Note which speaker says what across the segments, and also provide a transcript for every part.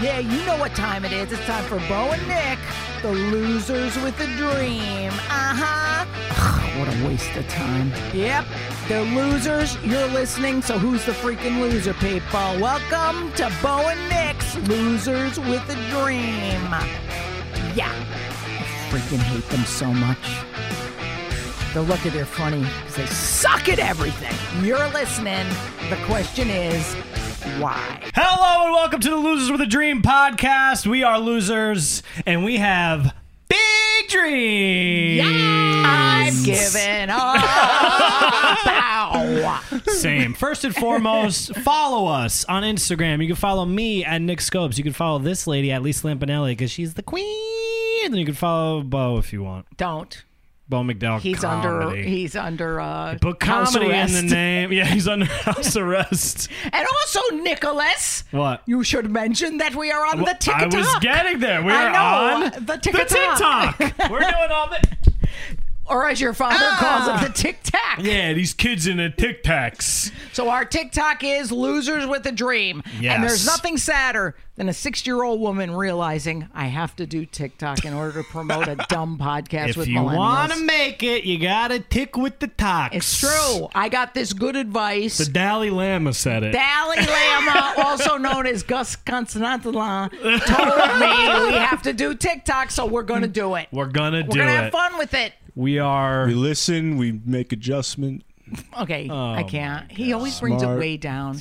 Speaker 1: Yeah, you know what time it is. It's time for Bo and Nick, the losers with a dream. Uh huh. What a waste of time. Yep, they're losers. You're listening, so who's the freaking loser, people? Welcome to Bo and Nick's Losers with a Dream. Yeah, I freaking hate them so much. They're lucky they're funny because they suck at everything. You're listening. The question is, why?
Speaker 2: Hello and welcome to the Losers with a Dream podcast. We are losers and we have big dreams.
Speaker 1: I've given up. Ow.
Speaker 2: Same. First and foremost, follow us on Instagram. You can follow me at Nick Scopes. You can follow this lady at Lisa Lampanelli because she's the queen. And you can follow Bo if you want.
Speaker 1: Don't.
Speaker 2: Bo McDowell.
Speaker 1: He's under.
Speaker 2: comedy.
Speaker 1: He's under. Uh,
Speaker 2: Put
Speaker 1: house
Speaker 2: comedy in
Speaker 1: arrest.
Speaker 2: the name. Yeah, he's under house arrest.
Speaker 1: And also, Nicholas.
Speaker 2: What?
Speaker 1: You should mention that we are on the
Speaker 2: I
Speaker 1: TikTok.
Speaker 2: was getting there. We
Speaker 1: I
Speaker 2: are
Speaker 1: know,
Speaker 2: on
Speaker 1: the TikTok.
Speaker 2: TikTok. We're doing all the.
Speaker 1: or as your father calls it, the Tic Tac.
Speaker 2: Ah! Yeah, these kids in the Tic Tacs.
Speaker 1: So our TikTok is losers with a dream.
Speaker 2: Yes.
Speaker 1: And there's nothing sadder than a 60-year-old woman realizing I have to do TikTok in order to promote a dumb podcast
Speaker 2: If
Speaker 1: with
Speaker 2: you
Speaker 1: millennials.
Speaker 2: want to make it, you got to tick with the tox.
Speaker 1: it's true. I got this good advice.
Speaker 2: The Dalai Lama said it.
Speaker 1: Dalai Lama, also known as Gus Constantinople, told me we have to do TikTok, so we're going to do it.
Speaker 2: We're going to do
Speaker 1: We're gonna
Speaker 2: it.
Speaker 1: have fun with it.
Speaker 2: We are.
Speaker 3: We listen, we make adjustment.
Speaker 1: Okay, I can't. He always brings it
Speaker 3: Oh Smart.
Speaker 1: way down.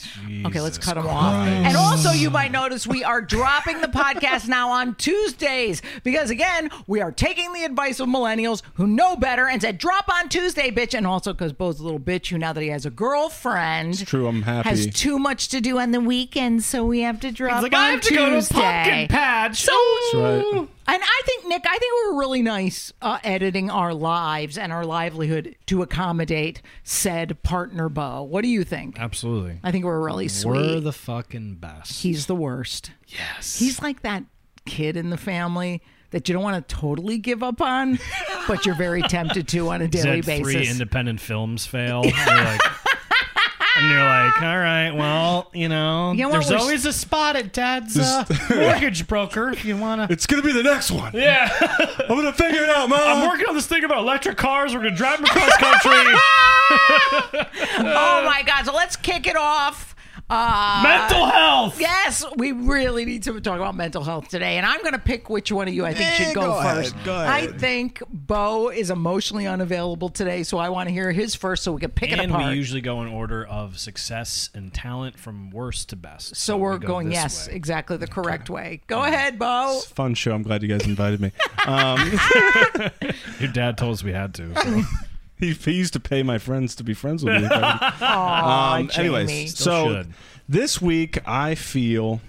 Speaker 1: okay, let's
Speaker 2: Jesus
Speaker 1: cut him off. And also, you might notice we are dropping the podcast now on Tuesdays because, again, we are taking the advice of millennials who know better and said, drop on Tuesday, bitch. And also because Bo's a little bitch who, now that he has a girlfriend,
Speaker 3: True, I'm happy.
Speaker 1: has too much to do on the weekend, so we have to drop
Speaker 2: It's like,
Speaker 1: on
Speaker 2: I have to
Speaker 1: Tuesday.
Speaker 2: go to a pumpkin patch.
Speaker 3: That's right.
Speaker 1: And I think Nick, I think we were really nice uh, editing our lives and our livelihood to accommodate said partner Bo. What do you think?
Speaker 2: Absolutely.
Speaker 1: I think we're really sweet.
Speaker 2: We're the fucking best.
Speaker 1: He's the worst.
Speaker 2: Yes.
Speaker 1: He's like that kid in the family that you don't want to totally give up on, but you're very tempted to on a
Speaker 2: He's
Speaker 1: daily
Speaker 2: had three
Speaker 1: basis.
Speaker 2: independent films fail. You're like- and you're like, all right, well, you know,
Speaker 1: You know what,
Speaker 2: there's
Speaker 1: we're s-
Speaker 2: always a spot at dad's uh, mortgage broker if you want to.
Speaker 3: It's gonna be the next one.
Speaker 2: Yeah.
Speaker 3: I'm gonna figure it out, mom.
Speaker 2: I'm working on this thing about electric cars. We're gonna drive them across country. Uh,
Speaker 1: oh my god! So let's kick it off. Uh,
Speaker 2: Mental health.
Speaker 1: Yes, we really need to talk about mental health today, and I'm going to pick which one of you I think
Speaker 3: Yeah,
Speaker 1: should go,
Speaker 3: go ahead,
Speaker 1: first.
Speaker 3: go
Speaker 1: I
Speaker 3: ahead.
Speaker 1: think Bo is emotionally unavailable today, so I want to hear his first, so we can pick it
Speaker 2: And we
Speaker 1: apart.
Speaker 2: usually go in order of success and talent from worst to best.
Speaker 1: so we're
Speaker 2: we go
Speaker 1: going
Speaker 2: this
Speaker 1: yes,
Speaker 2: way.
Speaker 1: exactly the correct way. Go ahead, Bo.
Speaker 3: It's a fun show. I'm glad you guys invited me.
Speaker 2: Your dad told us we had to. so.
Speaker 3: he, he used to pay my friends to be friends with me. if I could. um,
Speaker 1: Jamie.
Speaker 3: anyways,
Speaker 2: Still
Speaker 3: so
Speaker 2: should.
Speaker 3: this week I feel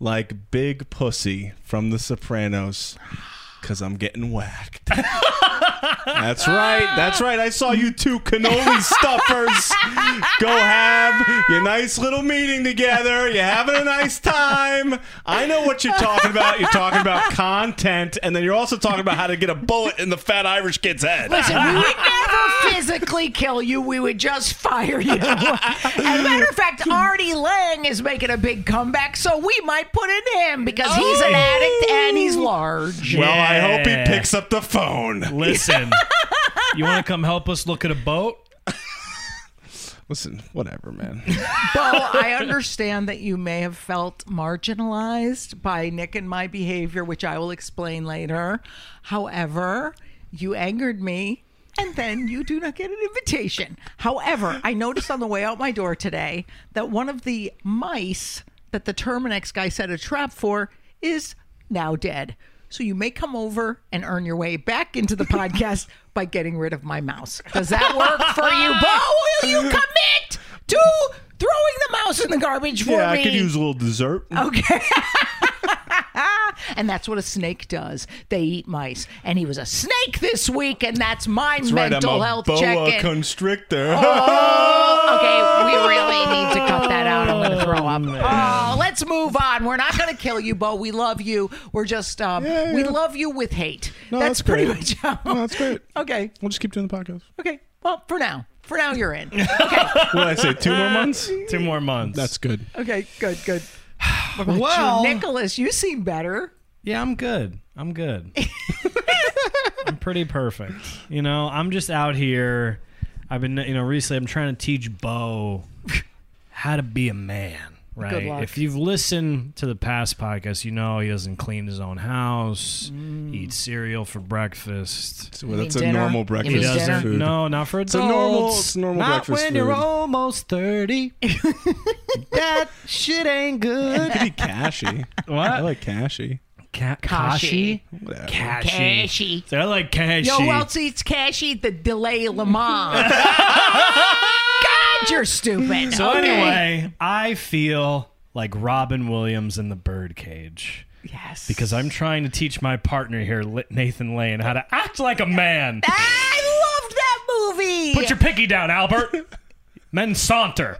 Speaker 3: like Big Pussy from The Sopranos because I'm getting whacked. that's right. That's right. I saw you two cannoli stuffers go have your nice little meeting together. You're having a nice time. I know what you're talking about. You're talking about content, and then you're also talking about how to get a bullet in the fat Irish kid's head.
Speaker 1: Listen, we would never physically kill you. We would just fire you. As a matter of fact, Artie Lang is making a big comeback, so we might put in him because he's an
Speaker 2: Oh.
Speaker 1: addict and he's large.
Speaker 3: Well, I hope
Speaker 2: Yeah.
Speaker 3: he picks up the phone.
Speaker 2: Listen, you want to come help us look at a boat?
Speaker 3: Listen, whatever, man.
Speaker 1: Bo, I understand that you may have felt marginalized by Nick and my behavior, which I will explain later. However, you angered me. And then you do not get an invitation. However, I noticed on the way out my door today that one of the mice that the Terminex guy set a trap for is now dead. So you may come over and earn your way back into the podcast by getting rid of my mouse. Does that work for you, Bo? Will you commit to throwing the mouse in the garbage for
Speaker 3: yeah,
Speaker 1: me?
Speaker 3: I could use a little dessert.
Speaker 1: okay. and that's what a snake does. They eat mice. And he was a snake this week, and that's my mental health
Speaker 3: boa
Speaker 1: check-in. Oh,
Speaker 3: constrictor.
Speaker 1: Okay, we really need to cut that out. I'm going to throw up. Oh, let's move on. We're not going to kill you, Bo. We love you. We're just, um,
Speaker 3: Yeah, yeah,
Speaker 1: we
Speaker 3: yeah.
Speaker 1: love you with hate.
Speaker 3: No,
Speaker 1: that's,
Speaker 3: that's
Speaker 1: pretty
Speaker 3: great.
Speaker 1: much how.
Speaker 3: No, that's great.
Speaker 1: Okay,
Speaker 3: We'll just keep doing the podcast.
Speaker 1: okay. Well, for now. For now, you're in.
Speaker 3: What did I say? Two more months?
Speaker 2: Two more months.
Speaker 3: That's good.
Speaker 1: Okay, good, good. What about you,
Speaker 3: Oh.
Speaker 2: Well-
Speaker 1: Nicholas, you seem better.
Speaker 2: Yeah, I'm good. I'm good. I'm pretty perfect. You know, I'm just out here. I've been, you know, recently I'm trying to teach Bo how to be a man, right?
Speaker 1: luck.
Speaker 2: If you've listened to the past podcast, you know he doesn't clean his own house,
Speaker 1: Mm.
Speaker 2: eat cereal for breakfast.
Speaker 3: So that's a
Speaker 1: dinner?
Speaker 3: normal
Speaker 1: You
Speaker 3: breakfast
Speaker 2: He
Speaker 1: mean
Speaker 2: doesn't.
Speaker 3: food.
Speaker 2: No, not for adults.
Speaker 3: a normal- it's normal
Speaker 2: not
Speaker 3: breakfast
Speaker 2: when you're
Speaker 3: food.
Speaker 2: almost thirty. that shit ain't good.
Speaker 3: It could be cashy. I
Speaker 2: What?
Speaker 3: like cashy.
Speaker 2: Ka-
Speaker 1: Kashi.
Speaker 3: Whatever.
Speaker 2: Cashy.
Speaker 1: Cashy.
Speaker 2: So I like cashy.
Speaker 1: Yo, who else eats cashy? The delay Lamar. God, you're stupid.
Speaker 2: so
Speaker 1: Okay.
Speaker 2: anyway, I feel like Robin Williams in the birdcage
Speaker 1: yes.
Speaker 2: because I'm trying to teach my partner here, Li- Nathan Lane, how to act like a man.
Speaker 1: I loved that movie.
Speaker 2: Put your pinky down, Albert. Men saunter.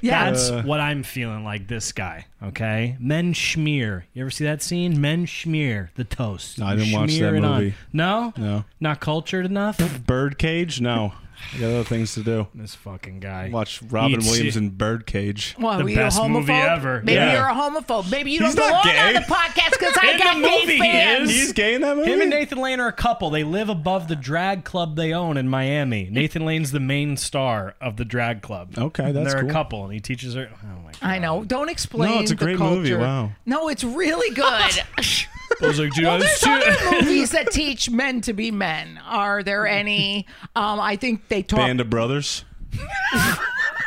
Speaker 1: yeah.
Speaker 2: That's what I'm feeling like this guy, okay? Men schmear. You ever see that scene? Men schmear the toast.
Speaker 3: No, I didn't watch
Speaker 2: Schmear
Speaker 3: that
Speaker 2: it on.
Speaker 3: movie.
Speaker 2: No?
Speaker 3: No.
Speaker 2: Not cultured enough?
Speaker 3: Birdcage? No. I got other things to do.
Speaker 2: this fucking guy.
Speaker 3: Watch Robin
Speaker 2: Eats
Speaker 3: Williams
Speaker 2: it.
Speaker 3: in Birdcage.
Speaker 1: Well,
Speaker 2: the
Speaker 1: were
Speaker 2: best
Speaker 1: you a homophobe?
Speaker 2: movie ever.
Speaker 1: Maybe
Speaker 2: Yeah.
Speaker 1: you're a homophobe. Maybe you
Speaker 3: He's
Speaker 1: don't
Speaker 3: not
Speaker 1: belong on
Speaker 3: gay.
Speaker 1: the podcast because I
Speaker 2: In
Speaker 1: got
Speaker 2: the
Speaker 1: gay
Speaker 2: movie he
Speaker 1: fans.
Speaker 2: is.
Speaker 3: He's gay in that movie?
Speaker 2: Him and Nathan Lane are a couple. They live above the drag club they own in Miami. Nathan Lane's the main star of the drag club.
Speaker 3: Okay,
Speaker 2: And
Speaker 3: that's
Speaker 2: They're
Speaker 3: cool.
Speaker 2: a couple, and he teaches her. Oh my god!
Speaker 1: I know. Don't explain.
Speaker 3: No, it's a
Speaker 1: the
Speaker 3: great movie.
Speaker 1: culture.
Speaker 3: Wow.
Speaker 1: No, it's really good.
Speaker 2: I was like, dude, I
Speaker 1: well,
Speaker 2: was
Speaker 1: there's
Speaker 2: too-
Speaker 1: other movies that teach men to be men. Are there any? Um, I think they talk.
Speaker 3: Band of Brothers.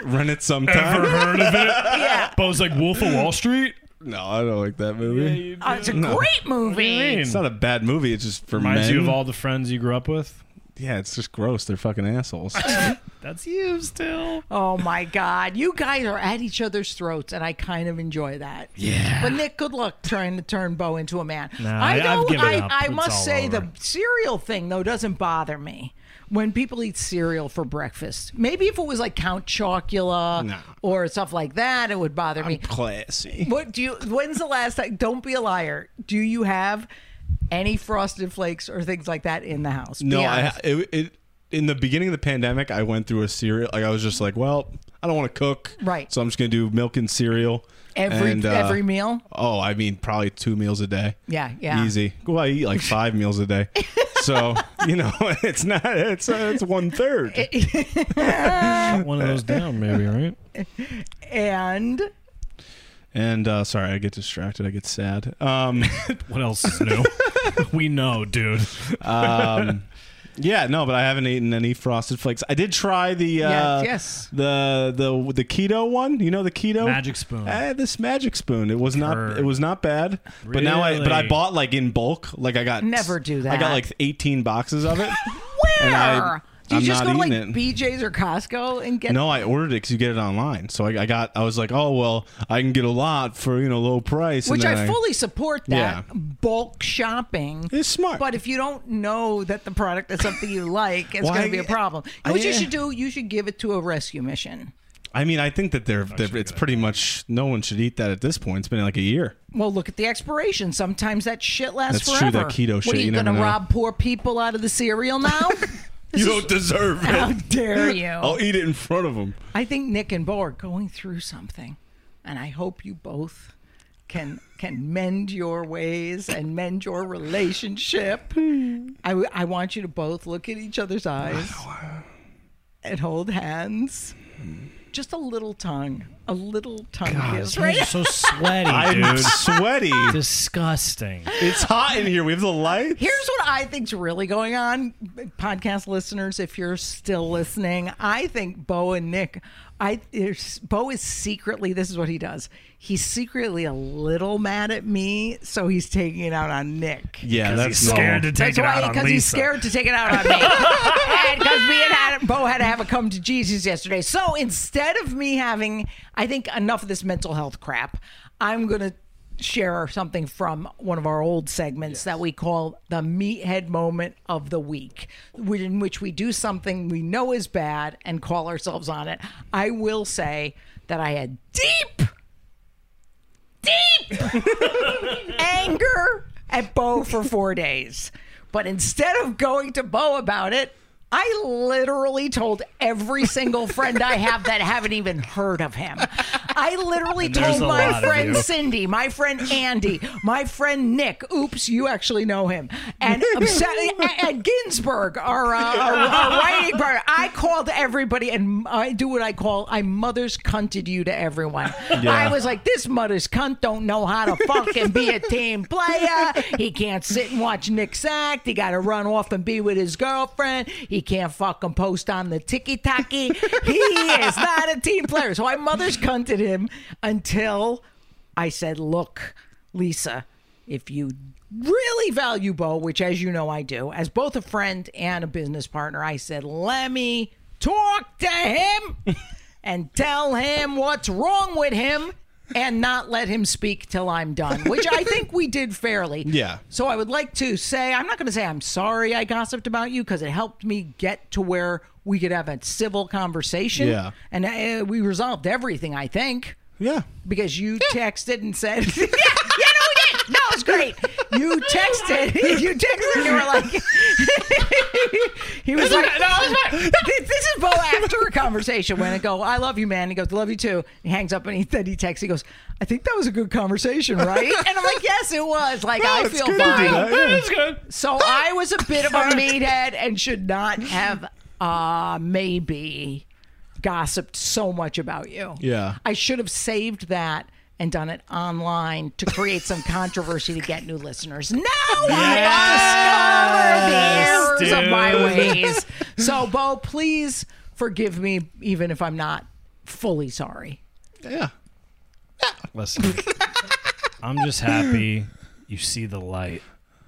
Speaker 3: Rent it sometime.
Speaker 2: Ever heard of it?
Speaker 1: yeah,
Speaker 2: Bo's like Wolf of Wall Street.
Speaker 3: No, I don't like that movie.
Speaker 1: Uh, it's a great movie.
Speaker 3: it's not a bad movie. It's just for
Speaker 2: Reminds
Speaker 3: men.
Speaker 2: you of all the friends you grew up with.
Speaker 3: yeah, it's just gross. They're fucking assholes.
Speaker 2: That's you still.
Speaker 1: Oh my God, you guys are at each other's throats, and I kind of enjoy that.
Speaker 2: Yeah.
Speaker 1: But Nick, good luck trying to turn Bo into a man.
Speaker 2: Nah,
Speaker 1: I
Speaker 2: I-
Speaker 1: know.
Speaker 2: I've given
Speaker 1: I,
Speaker 2: up.
Speaker 1: I
Speaker 2: It's
Speaker 1: must
Speaker 2: all
Speaker 1: say the
Speaker 2: over.
Speaker 1: cereal thing though doesn't bother me. When people eat cereal for breakfast, maybe if it was like Count Chocula
Speaker 3: No.
Speaker 1: or stuff like that, it would bother me.
Speaker 3: Classy.
Speaker 1: What do you? When's the last time? Don't be a liar. Do you have any frosted flakes or things like that in the house? Be
Speaker 3: No, I,
Speaker 1: honest.
Speaker 3: it, it in the beginning of the pandemic, I went through a cereal. Like I was just like, well, I don't want to cook,
Speaker 1: Right.
Speaker 3: So I'm just gonna do milk and cereal
Speaker 1: every
Speaker 3: and, uh,
Speaker 1: every meal.
Speaker 3: Oh, I mean, probably two meals a day.
Speaker 1: Yeah, yeah.
Speaker 3: Easy. Well, I eat like five meals a day, so you know, it's not. It's uh, it's one third.
Speaker 2: One of those down, maybe, right?
Speaker 1: And
Speaker 3: And uh, sorry, I get distracted. I get sad. Um,
Speaker 2: What else is new? we know, dude.
Speaker 3: um, yeah, no, but I haven't eaten any frosted flakes. I did try the uh,
Speaker 1: Yes, yes.
Speaker 3: the the the keto one. You know the keto
Speaker 2: Magic spoon.
Speaker 3: I had this magic spoon. It was not
Speaker 2: Purr.
Speaker 3: it was not bad. But now I but I
Speaker 2: Really?
Speaker 3: bought like in bulk. Like I got
Speaker 1: Never do
Speaker 3: I got
Speaker 1: that.
Speaker 3: like 18 boxes of it.
Speaker 1: where?
Speaker 3: And I-
Speaker 1: do you
Speaker 3: I'm
Speaker 1: just
Speaker 3: not
Speaker 1: go to like
Speaker 3: eating it.
Speaker 1: BJ's or Costco and get?
Speaker 3: No, I ordered it because you get it online. So I, I got, I was like, oh well, I can get a lot for you know low price. and
Speaker 1: which
Speaker 3: then
Speaker 1: I fully support that
Speaker 3: Yeah.
Speaker 1: bulk shopping.
Speaker 3: It's smart.
Speaker 1: But if you don't know that the product is something you like, it's
Speaker 3: Why-
Speaker 1: going to be a problem. You know what you
Speaker 3: I-
Speaker 1: should do? You should give it to a rescue mission.
Speaker 3: I mean, I think that they're, they're it's pretty much no one should eat that at this point. It's been like a year.
Speaker 1: Well, look at the expiration. Sometimes that shit lasts
Speaker 3: That's true,
Speaker 1: forever.
Speaker 3: that keto
Speaker 1: what
Speaker 3: shit,
Speaker 1: are you,
Speaker 3: you never
Speaker 1: going to
Speaker 3: know.
Speaker 1: rob poor people out of the cereal now? This
Speaker 3: you
Speaker 1: is-
Speaker 3: don't deserve it.
Speaker 1: How dare you?
Speaker 3: I'll eat it in front of them.
Speaker 1: I think Nick and Bo are going through something, and I hope you both can can mend your ways and mend your relationship. I, w- I want you to both look at each other's eyes and hold hands. Just a little tongue, a little tongue kiss, right?
Speaker 2: You're so sweaty,
Speaker 3: I'm
Speaker 2: dude.
Speaker 3: sweaty.
Speaker 2: Disgusting.
Speaker 3: It's hot in here. We have the light.
Speaker 1: Here's what I think's really going on, podcast listeners. If you're still listening, I think Bo and Nick, I there's- Bo is secretly. This is what he does. He's secretly a little mad at me, so he's taking it out on Nick.
Speaker 3: Yeah, that's
Speaker 2: he's scared
Speaker 3: normal.
Speaker 2: to take
Speaker 1: That's
Speaker 2: it
Speaker 1: why,
Speaker 2: out on
Speaker 1: because he's
Speaker 2: Lisa.
Speaker 1: scared to take it out on me. Because me and Adam, Bo had to have a come to Jesus yesterday. So instead of me having, I think, enough of this mental health crap, I'm going to share something from one of our old segments that we call the meathead moment of the week, wh- in which we do something we know is bad and call ourselves on it. I will say that I had deep deep anger at Bo for four days. But instead of going to Bo about it, I literally told every single friend I have that haven't even heard of him. I literally
Speaker 2: And there's
Speaker 1: told
Speaker 2: a
Speaker 1: my
Speaker 2: lot of
Speaker 1: friend
Speaker 2: you.
Speaker 1: Cindy, my friend Andy, my friend Nick. Oops, you actually know him. And upset, and Ginsburg, our, uh, our, our writing partner. I called everybody, and I do what I call I mother's cunted you to everyone. I was like, this mother's cunt don't know how to fucking be a team player. He can't sit and watch Nick's act. He got to run off and be with his girlfriend. He can't fucking post on the ticky tacky. He is not a team player. So I mother's cunted him until I said, look, Lisa, if you really value Bo, which as you know I do, as both a friend and a business partner, I said, let me talk to him and tell him what's wrong with him and not let him speak till I'm done, which I think we did fairly.
Speaker 3: Yeah.
Speaker 1: So I would like to say, I'm not going to say I'm sorry I gossiped about you because it helped me get to where we could have a civil conversation.
Speaker 3: Yeah.
Speaker 1: And uh, we resolved everything, I think
Speaker 3: Yeah.
Speaker 1: because you texted and said, yeah, yeah, no, we did. No, it's great. You texted. You texted and you were like, he was like, no, this, this is Bo after a conversation when I go, I love you, man. He goes, I love you too. He hangs up and he then he texts. He goes, I think that was a good conversation, right? And I'm like, yes, it was. Like I
Speaker 3: Oh, it's
Speaker 1: feel
Speaker 3: good to do
Speaker 1: fine.
Speaker 3: that. Yeah.
Speaker 2: That's good.
Speaker 1: So I was a bit of a meathead and should not have uh maybe gossiped so much about you.
Speaker 3: Yeah.
Speaker 1: I should have saved that and done it online to create some controversy to get new listeners. Now I discover the errors of my ways. So Bo, please forgive me even if I'm not fully sorry.
Speaker 3: Yeah.
Speaker 2: Listen, I'm just happy you see the light.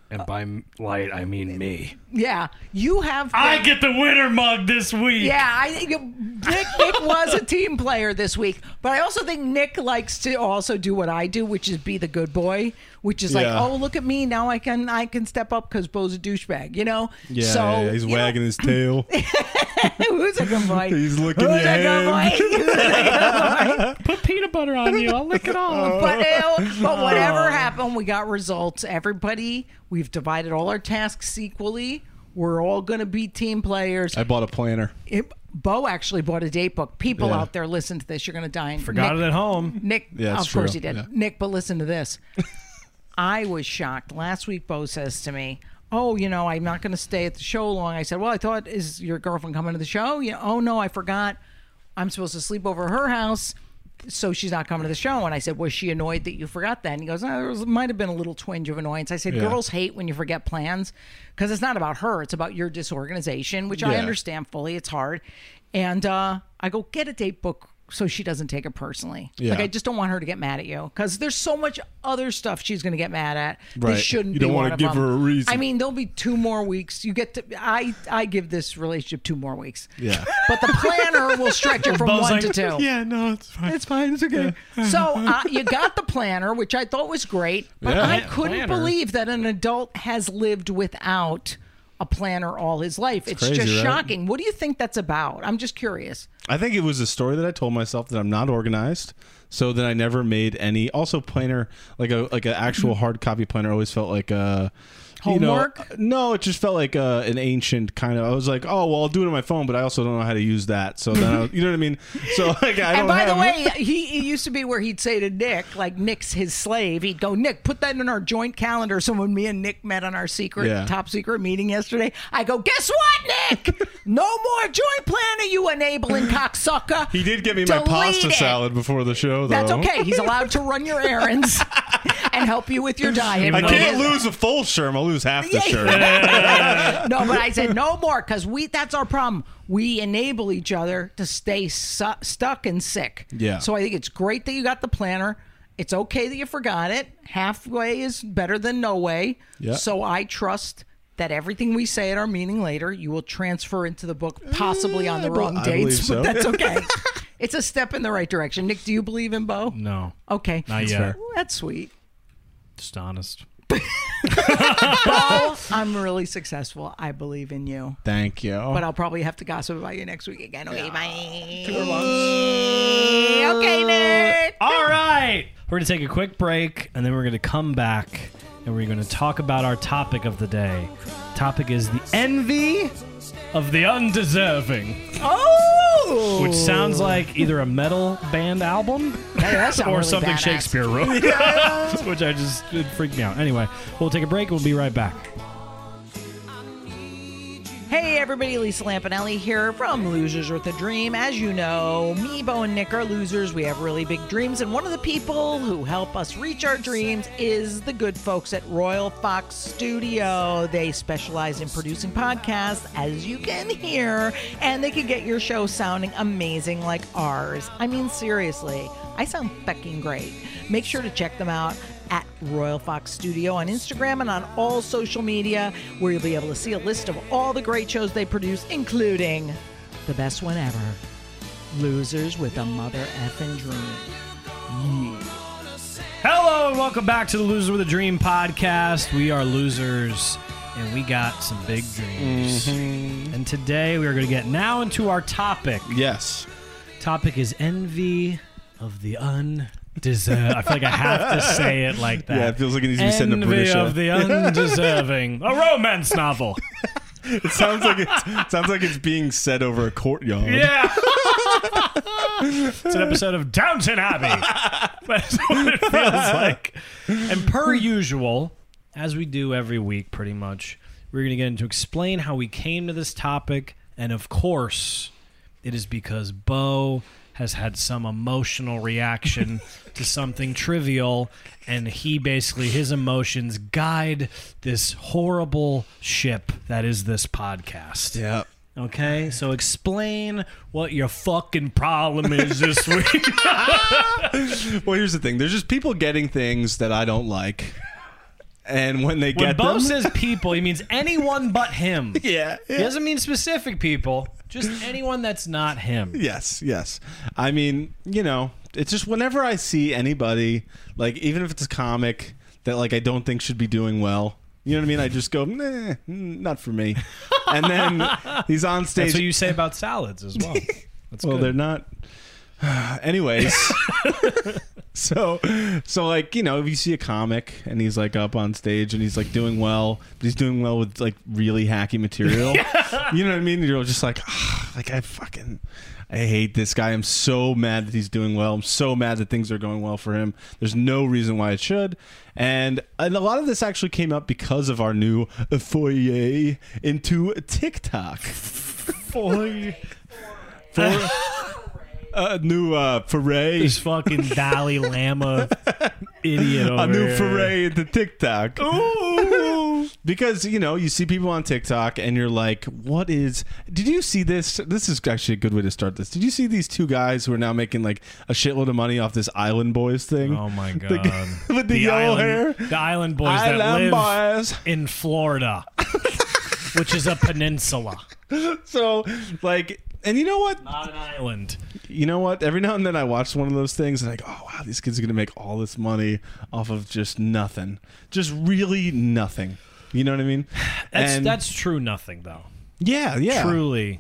Speaker 2: And by m- light, I mean me.
Speaker 1: Yeah. You have
Speaker 2: I get the winner mug this week.
Speaker 1: Yeah, I think Nick, Nick was a team player this week, but I also think Nick likes to also do what I do, which is be the good boy, which is like,
Speaker 3: Yeah.
Speaker 1: oh look at me now, I can I can step up because Bo's a douchebag, you know.
Speaker 3: Yeah,
Speaker 1: so
Speaker 3: yeah, he's
Speaker 1: you know,
Speaker 3: wagging his tail.
Speaker 1: who's a good boy?
Speaker 3: He's looking
Speaker 1: Who's
Speaker 3: at
Speaker 1: a good boy? Who's a good boy?
Speaker 2: Put peanut butter on you. I'll lick it all.
Speaker 1: but, ew,
Speaker 3: Oh.
Speaker 1: but whatever happened, we got results. Everybody, we've divided all our tasks equally. We're all going to be team players.
Speaker 3: I bought a planner.
Speaker 1: It- Bo actually bought a date book. People
Speaker 3: Yeah.
Speaker 1: out there, listen to this. You're going to die. And
Speaker 2: Forgot
Speaker 1: Nick,
Speaker 2: it at home.
Speaker 1: Nick,
Speaker 3: Yeah,
Speaker 1: of
Speaker 3: it's
Speaker 1: course he
Speaker 3: true.
Speaker 1: did.
Speaker 3: Yeah.
Speaker 1: Nick, but listen to this. I was shocked. Last week, Bo says to me, "Oh, you know, I'm not going to stay at the show long." I said, "Well, I thought is your girlfriend coming to the show?" You know, oh no, I forgot. I'm supposed to sleep over at her house, so she's not coming to the show. And I said, "Was she annoyed that you forgot that?" And he goes, oh, "There was, might have been a little twinge of annoyance." I said,
Speaker 3: Yeah.
Speaker 1: "Girls hate when you forget plans because it's not about her; it's about your disorganization, which I
Speaker 3: Yeah.
Speaker 1: understand fully. It's hard." And uh, I go, "Get a date book." So she doesn't take it personally.
Speaker 3: Yeah.
Speaker 1: Like I just don't want her to get mad at you because there's so much other stuff she's going to get mad at.
Speaker 3: Right.
Speaker 1: This shouldn't
Speaker 3: You
Speaker 1: be
Speaker 3: don't
Speaker 1: want
Speaker 3: wanna
Speaker 1: to
Speaker 3: give her a reason.
Speaker 1: I mean, there'll be two more weeks. You get to I I give this relationship two more weeks.
Speaker 3: Yeah.
Speaker 1: But the planner will stretch it from
Speaker 2: Bo's
Speaker 1: one to
Speaker 2: like,
Speaker 1: two.
Speaker 3: Yeah, no, it's fine.
Speaker 1: It's fine. It's okay. So uh, you got the planner, which I thought was great, but
Speaker 3: Yeah.
Speaker 1: I
Speaker 2: Yeah,
Speaker 1: couldn't
Speaker 2: planner.
Speaker 1: believe that an adult has lived without a planner all his life. It's,
Speaker 3: crazy,
Speaker 1: just
Speaker 3: right?
Speaker 1: shocking. What do you think that's about? I'm just curious.
Speaker 3: I think it was a story that I told myself that I'm not organized, so that I never made any. Also, planner like a like an actual hard copy planner always felt like a
Speaker 1: Mm-hmm. Homework?
Speaker 3: You know, uh, no, it just felt like uh an ancient kind of. I was like, oh well, I'll do it on my phone, but I also don't know how to use that. So then, I, you know what I mean? So like, I
Speaker 1: And
Speaker 3: don't.
Speaker 1: by the
Speaker 3: have-
Speaker 1: way, he it used to be where he'd say to Nick, like Nick's his slave, he'd go, Nick, put that in our joint calendar. So when me and Nick met on our secret,
Speaker 3: Yeah.
Speaker 1: top secret meeting yesterday, I go, guess what, Nick? no more joint planner, you enabling cocksucker.
Speaker 3: he did get me my
Speaker 1: Delete
Speaker 3: pasta
Speaker 1: it.
Speaker 3: salad before the show, though.
Speaker 1: That's okay. He's allowed to run your errands and help you with your diet.
Speaker 3: I
Speaker 2: No.
Speaker 3: can't lose a full shirt. I'll lose half the
Speaker 1: Yeah.
Speaker 3: shirt.
Speaker 1: no, but I said no more because we—that's our problem. We enable each other to stay su- stuck and sick.
Speaker 3: Yeah.
Speaker 1: So I think it's great that you got the planner. It's okay that you forgot it. Halfway is better than no way.
Speaker 3: Yeah.
Speaker 1: So I trust that everything we say at our meeting later, you will transfer into the book, possibly on the wrong
Speaker 3: Eh, I
Speaker 1: dates,
Speaker 3: believe
Speaker 1: but that's
Speaker 3: so.
Speaker 1: okay. it's a step in the right direction. Nick, do you believe in Bo?
Speaker 2: No,
Speaker 1: Okay.
Speaker 2: not yet.
Speaker 1: Well, That's sweet.
Speaker 2: Just honest.
Speaker 1: Bo, I'm really successful. I believe in you.
Speaker 3: Thank you.
Speaker 1: but uh, I'll probably have to gossip about you next week again. Okay, bye.
Speaker 2: Okay, Nick. All right. We're going to take a quick break and then we're going to come back and we're going to talk about our topic of the day. Topic is the envy of the undeserving.
Speaker 1: Oh, Ooh.
Speaker 2: which sounds like either a metal band album
Speaker 1: that sounds
Speaker 2: or
Speaker 1: really
Speaker 2: something
Speaker 1: badass.
Speaker 2: Shakespeare wrote, which I just it freaked me out. Anyway, we'll take a break. We'll be right back.
Speaker 1: Hey everybody, Lisa Lampanelli here from Losers with a Dream. As you know, me, Bo, and Nick are losers. We have really big dreams, and one of the people who help us reach our dreams is the good folks at Royal Fox Studio. They specialize in producing podcasts, as you can hear, and they can get your show sounding amazing like ours. I mean, seriously, I sound fucking great. Make sure to check them out at Royal Fox Studio on Instagram and on all social media, where you'll be able to see a list of all the great shows they produce, including the best one ever Losers with a Mother Effing Dream.
Speaker 2: Hello and welcome back to the Loser with a Dream podcast. We are losers and we got some big dreams. And today we are going to get now into our topic.
Speaker 3: Yes.
Speaker 2: Topic is envy of the undeserved. I feel like I have to say it like that.
Speaker 3: Yeah, it feels like it needs to be said in a
Speaker 2: Envy
Speaker 3: British, uh,
Speaker 2: of the undeserving. a romance novel.
Speaker 3: It sounds like it's, sounds like it's being said over a courtyard.
Speaker 2: Yeah. it's an episode of Downton Abbey. That's what it feels like. And per usual, as we do every week pretty much, we're going to get into explain how we came to this topic. And of course, it is because Bo has had some emotional reaction to something trivial and he basically his emotions guide this horrible ship that is this podcast.
Speaker 3: Yeah.
Speaker 2: Okay, so explain what your fucking problem is this week.
Speaker 3: Well, here's the thing. There's just people getting things that I don't like, and when they
Speaker 2: when
Speaker 3: get
Speaker 2: Bo
Speaker 3: them,
Speaker 2: says people, he means anyone but him.
Speaker 3: yeah,
Speaker 2: He doesn't mean specific people, just anyone that's not him.
Speaker 3: yes, yes. I mean, you know, it's just whenever I see anybody, like even if it's a comic that like I don't think should be doing well. You know what I mean? I just go, nah, mm, not for me. And then he's on stage.
Speaker 2: That's what you say about salads as well. That's
Speaker 3: well,
Speaker 2: good.
Speaker 3: they're not. Anyways, so so like you know, if you see a comic and he's like up on stage and he's like doing well, but he's doing well with like really hacky material. You know what I mean? You're just like, "Ah, like I fucking, I hate this guy. I'm so mad that he's doing well. I'm so mad that things are going well for him. There's no reason why it should. And and a lot of this actually came up because of our new foyer into TikTok.
Speaker 2: Boy,
Speaker 3: For a new uh, foray,
Speaker 2: this fucking Dalai Lama idiot over
Speaker 3: a new
Speaker 2: here.
Speaker 3: foray into TikTok. because you know you see people on TikTok and you're like, "What is? Did you see this? This is actually a good way to start this. Did you see these two guys who are now making like a shitload of money off this Island Boys thing?
Speaker 2: Oh my god!
Speaker 3: The g- with the, yellow
Speaker 2: island,
Speaker 3: hair,
Speaker 2: the island boys that
Speaker 3: Island
Speaker 2: live
Speaker 3: Boys.
Speaker 2: in Florida, which is a peninsula.
Speaker 3: So like, and you know what?
Speaker 2: not an island.
Speaker 3: you know what? Every now and then I watch one of those things and I go, oh, wow, these kids are going to make all this money off of just nothing. Just really nothing. You know what I mean?
Speaker 2: That's
Speaker 3: And-
Speaker 2: that's true. Nothing though.
Speaker 3: yeah, yeah.
Speaker 2: Truly,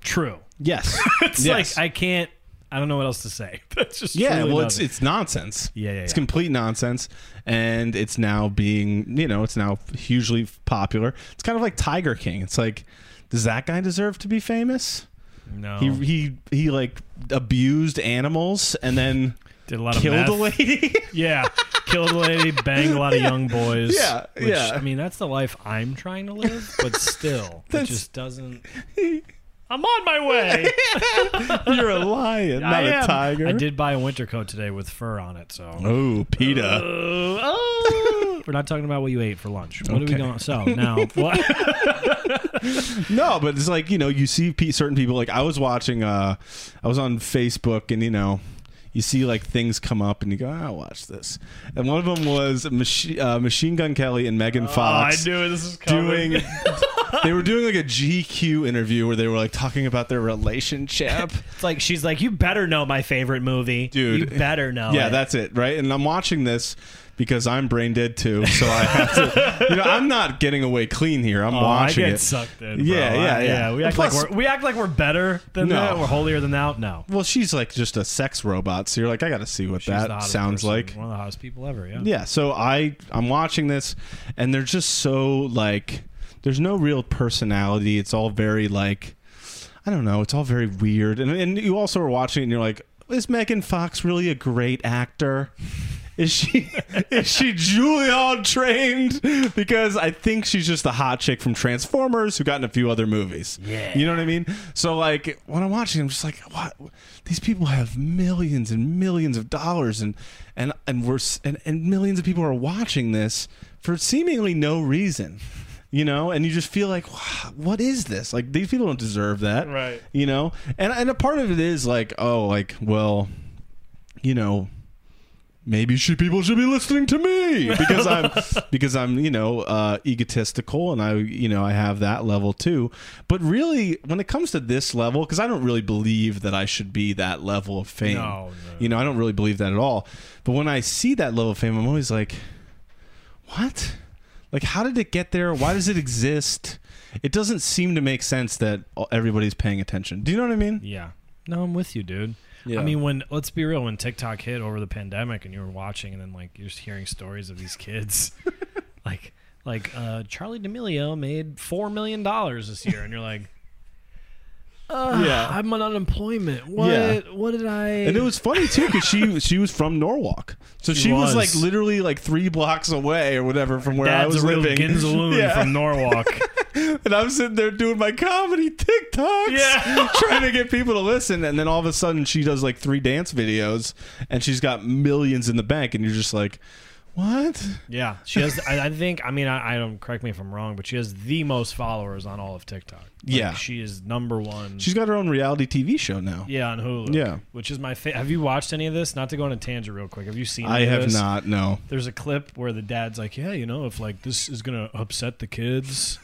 Speaker 2: true.
Speaker 3: Yes.
Speaker 2: It's
Speaker 3: Yes.
Speaker 2: like I can't. I don't know what else to say. That's just
Speaker 3: yeah,
Speaker 2: truly
Speaker 3: well, it's
Speaker 2: nothing.
Speaker 3: it's nonsense.
Speaker 2: Yeah, yeah,
Speaker 3: It's
Speaker 2: yeah.
Speaker 3: complete nonsense, and it's now being you know it's now hugely popular. It's kind of like Tiger King. It's like, does that guy deserve to be famous?
Speaker 2: no.
Speaker 3: He he he like abused animals and then
Speaker 2: did a lot of
Speaker 3: killed
Speaker 2: meth.
Speaker 3: a lady.
Speaker 2: Yeah, killed a lady, banged a lot of young boys.
Speaker 3: Yeah,
Speaker 2: which,
Speaker 3: yeah.
Speaker 2: I mean, that's the life I'm trying to live, but still, it
Speaker 3: That's-
Speaker 2: just doesn't. I'm on my way.
Speaker 3: You're a lion, not
Speaker 2: I
Speaker 3: a
Speaker 2: am.
Speaker 3: tiger.
Speaker 2: I did buy a winter coat today with fur on it, so.
Speaker 3: Oh, PETA.
Speaker 2: Uh, oh. We're not talking about what you ate for lunch. What are we
Speaker 3: Okay.
Speaker 2: going? So now, what?
Speaker 3: No, but it's like you know, you see pe- certain people. Like I was watching, uh I was on Facebook, and you know, you see like things come up, and you go, "Ah, "I'll watch this." And one of them was Machi- uh, Machine Gun Kelly and Megan Fox
Speaker 2: Oh, knew this was
Speaker 3: doing. they were doing like a GQ interview where they were like talking about their relationship.
Speaker 2: It's like she's like, you better know my favorite movie,
Speaker 3: Dude.
Speaker 2: You better know.
Speaker 3: yeah,
Speaker 2: it."
Speaker 3: that's it, right? And I'm watching this. Because I'm brain dead too, so I have to. You know, I'm not getting away clean here. I'm
Speaker 2: Oh, I
Speaker 3: watching
Speaker 2: get
Speaker 3: it.
Speaker 2: sucked in. bro.
Speaker 3: Yeah,
Speaker 2: I-
Speaker 3: yeah, yeah.
Speaker 2: We act
Speaker 3: Plus-
Speaker 2: like we're we act like we're better than
Speaker 3: No.
Speaker 2: that. We're holier than thou. No,
Speaker 3: Well, she's like just a sex robot, so you're like, I got to see what
Speaker 2: She's the
Speaker 3: that
Speaker 2: hottest
Speaker 3: sounds
Speaker 2: person,
Speaker 3: like.
Speaker 2: one of the hottest people ever. Yeah.
Speaker 3: Yeah, so I I'm watching this, and they're just so like, there's no real personality. It's all very like, I don't know. It's all very weird. And, and you also are watching it and you're like, is Megan Fox really a great actor? Is she is she Juilliard trained? Because I think she's just a hot chick from Transformers who got in a few other movies.
Speaker 2: Yeah.
Speaker 3: You know what I mean? So like when I'm watching, I'm just like, what? These people have millions and millions of dollars, and and and we're s- and, and millions of people are watching this for seemingly no reason. You know, and you just feel like, "Wha- what is this? Like these people don't deserve that,
Speaker 2: Right.
Speaker 3: You know, and and a part of it is like, oh, like well, you know, maybe should people should be listening to me because I'm because I'm you know uh, egotistical and I you know I have that level too. But really, when it comes to this level, because I don't really believe that I should be that level of fame.
Speaker 2: No, no.
Speaker 3: You know, I don't really believe that at all. But when I see that level of fame, I'm always like, what? Like, how did it get there? Why does it exist? It doesn't seem to make sense that everybody's paying attention. Do you know what I mean?
Speaker 2: Yeah. No, I'm with you, dude.
Speaker 3: Yeah.
Speaker 2: I mean, when let's be real, when TikTok hit over the pandemic, and you were watching, and then like you're just hearing stories of these kids, like like uh, Charlie D'Amelio made four million dollars this year, and you're like, Ugh,
Speaker 3: Yeah.
Speaker 2: I'm on unemployment. What?
Speaker 3: Yeah.
Speaker 2: What did I?
Speaker 3: And it was funny too because she she was from Norwalk, so she,
Speaker 2: She was.
Speaker 3: was. like literally like three blocks away or whatever from where I
Speaker 2: Dad's
Speaker 3: was
Speaker 2: a real
Speaker 3: living.
Speaker 2: Ginzaloon
Speaker 3: yeah,
Speaker 2: from Norwalk.
Speaker 3: and I'm sitting there doing my comedy TikToks,
Speaker 2: Yeah.
Speaker 3: trying to get people to listen. And then all of a sudden, she does like three dance videos, and she's got millions in the bank, and you're just like, what?
Speaker 2: yeah, she has. I, I think. I mean, I, I don't correct me if I'm wrong, but she has the most followers on all of TikTok. Like,
Speaker 3: Yeah.
Speaker 2: she is number one.
Speaker 3: She's got her own reality TV show now.
Speaker 2: Yeah, on Hulu.
Speaker 3: Yeah.
Speaker 2: which is my. Fa- have you watched any of this? Not to go on a tangent real quick. Have you seen?
Speaker 3: I
Speaker 2: any of
Speaker 3: have
Speaker 2: this?
Speaker 3: not. No.
Speaker 2: There's a clip where the dad's like, "Yeah, you know, if like this is gonna upset the kids."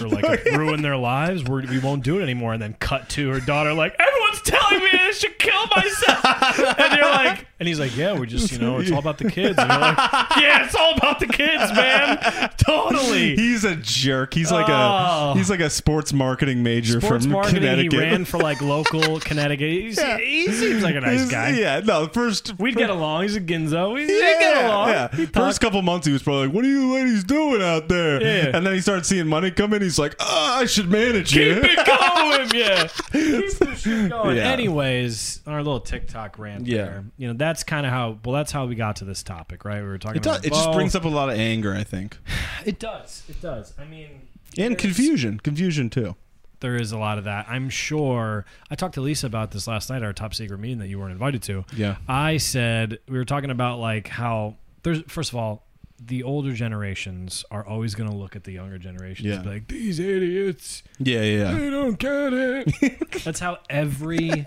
Speaker 2: Or like ruin their lives. We're, we won't do it anymore. And then cut to her daughter, like everyone's telling me I should kill myself. And you're like, and he's like, yeah, we're just you know, it's all about the kids. And you're like, yeah, it's all about the kids, man. Totally.
Speaker 3: He's a jerk. He's like
Speaker 2: Oh.
Speaker 3: a he's like a sports marketing major
Speaker 2: Sports
Speaker 3: from
Speaker 2: marketing.
Speaker 3: Connecticut.
Speaker 2: He ran for like local Connecticut. He's,
Speaker 3: Yeah.
Speaker 2: He seems like a nice
Speaker 3: He's-
Speaker 2: guy.
Speaker 3: Yeah, no. First,
Speaker 2: We'd get along. He's a Ginzo. We- We'd get along. He talked-
Speaker 3: First couple months, he was probably like, "What are you ladies doing out there?"
Speaker 2: Yeah.
Speaker 3: And then he started seeing money come in. He's like, oh, "I should manage
Speaker 2: Keep
Speaker 3: you."
Speaker 2: it going, yeah. Keep the shit going.
Speaker 3: Yeah.
Speaker 2: Anyways, on our little TikTok rant
Speaker 3: Yeah.
Speaker 2: there, you know, that's kind of how. Well, that's how we got to this topic, right? We were talking
Speaker 3: It, does,
Speaker 2: about.
Speaker 3: it just brings up a lot of anger, I think,
Speaker 2: It does. It does. I mean,
Speaker 3: and
Speaker 2: there's-
Speaker 3: confusion. Confusion too.
Speaker 2: There is a lot of that. I'm sure. I talked to Lisa about this last night at our top secret meeting that you weren't invited to.
Speaker 3: Yeah.
Speaker 2: I said we were talking about like how there's first of all, the older generations are always going to look at the younger generations
Speaker 3: Yeah.
Speaker 2: and be like these idiots.
Speaker 3: Yeah, yeah.
Speaker 2: They don't get it. That's how every.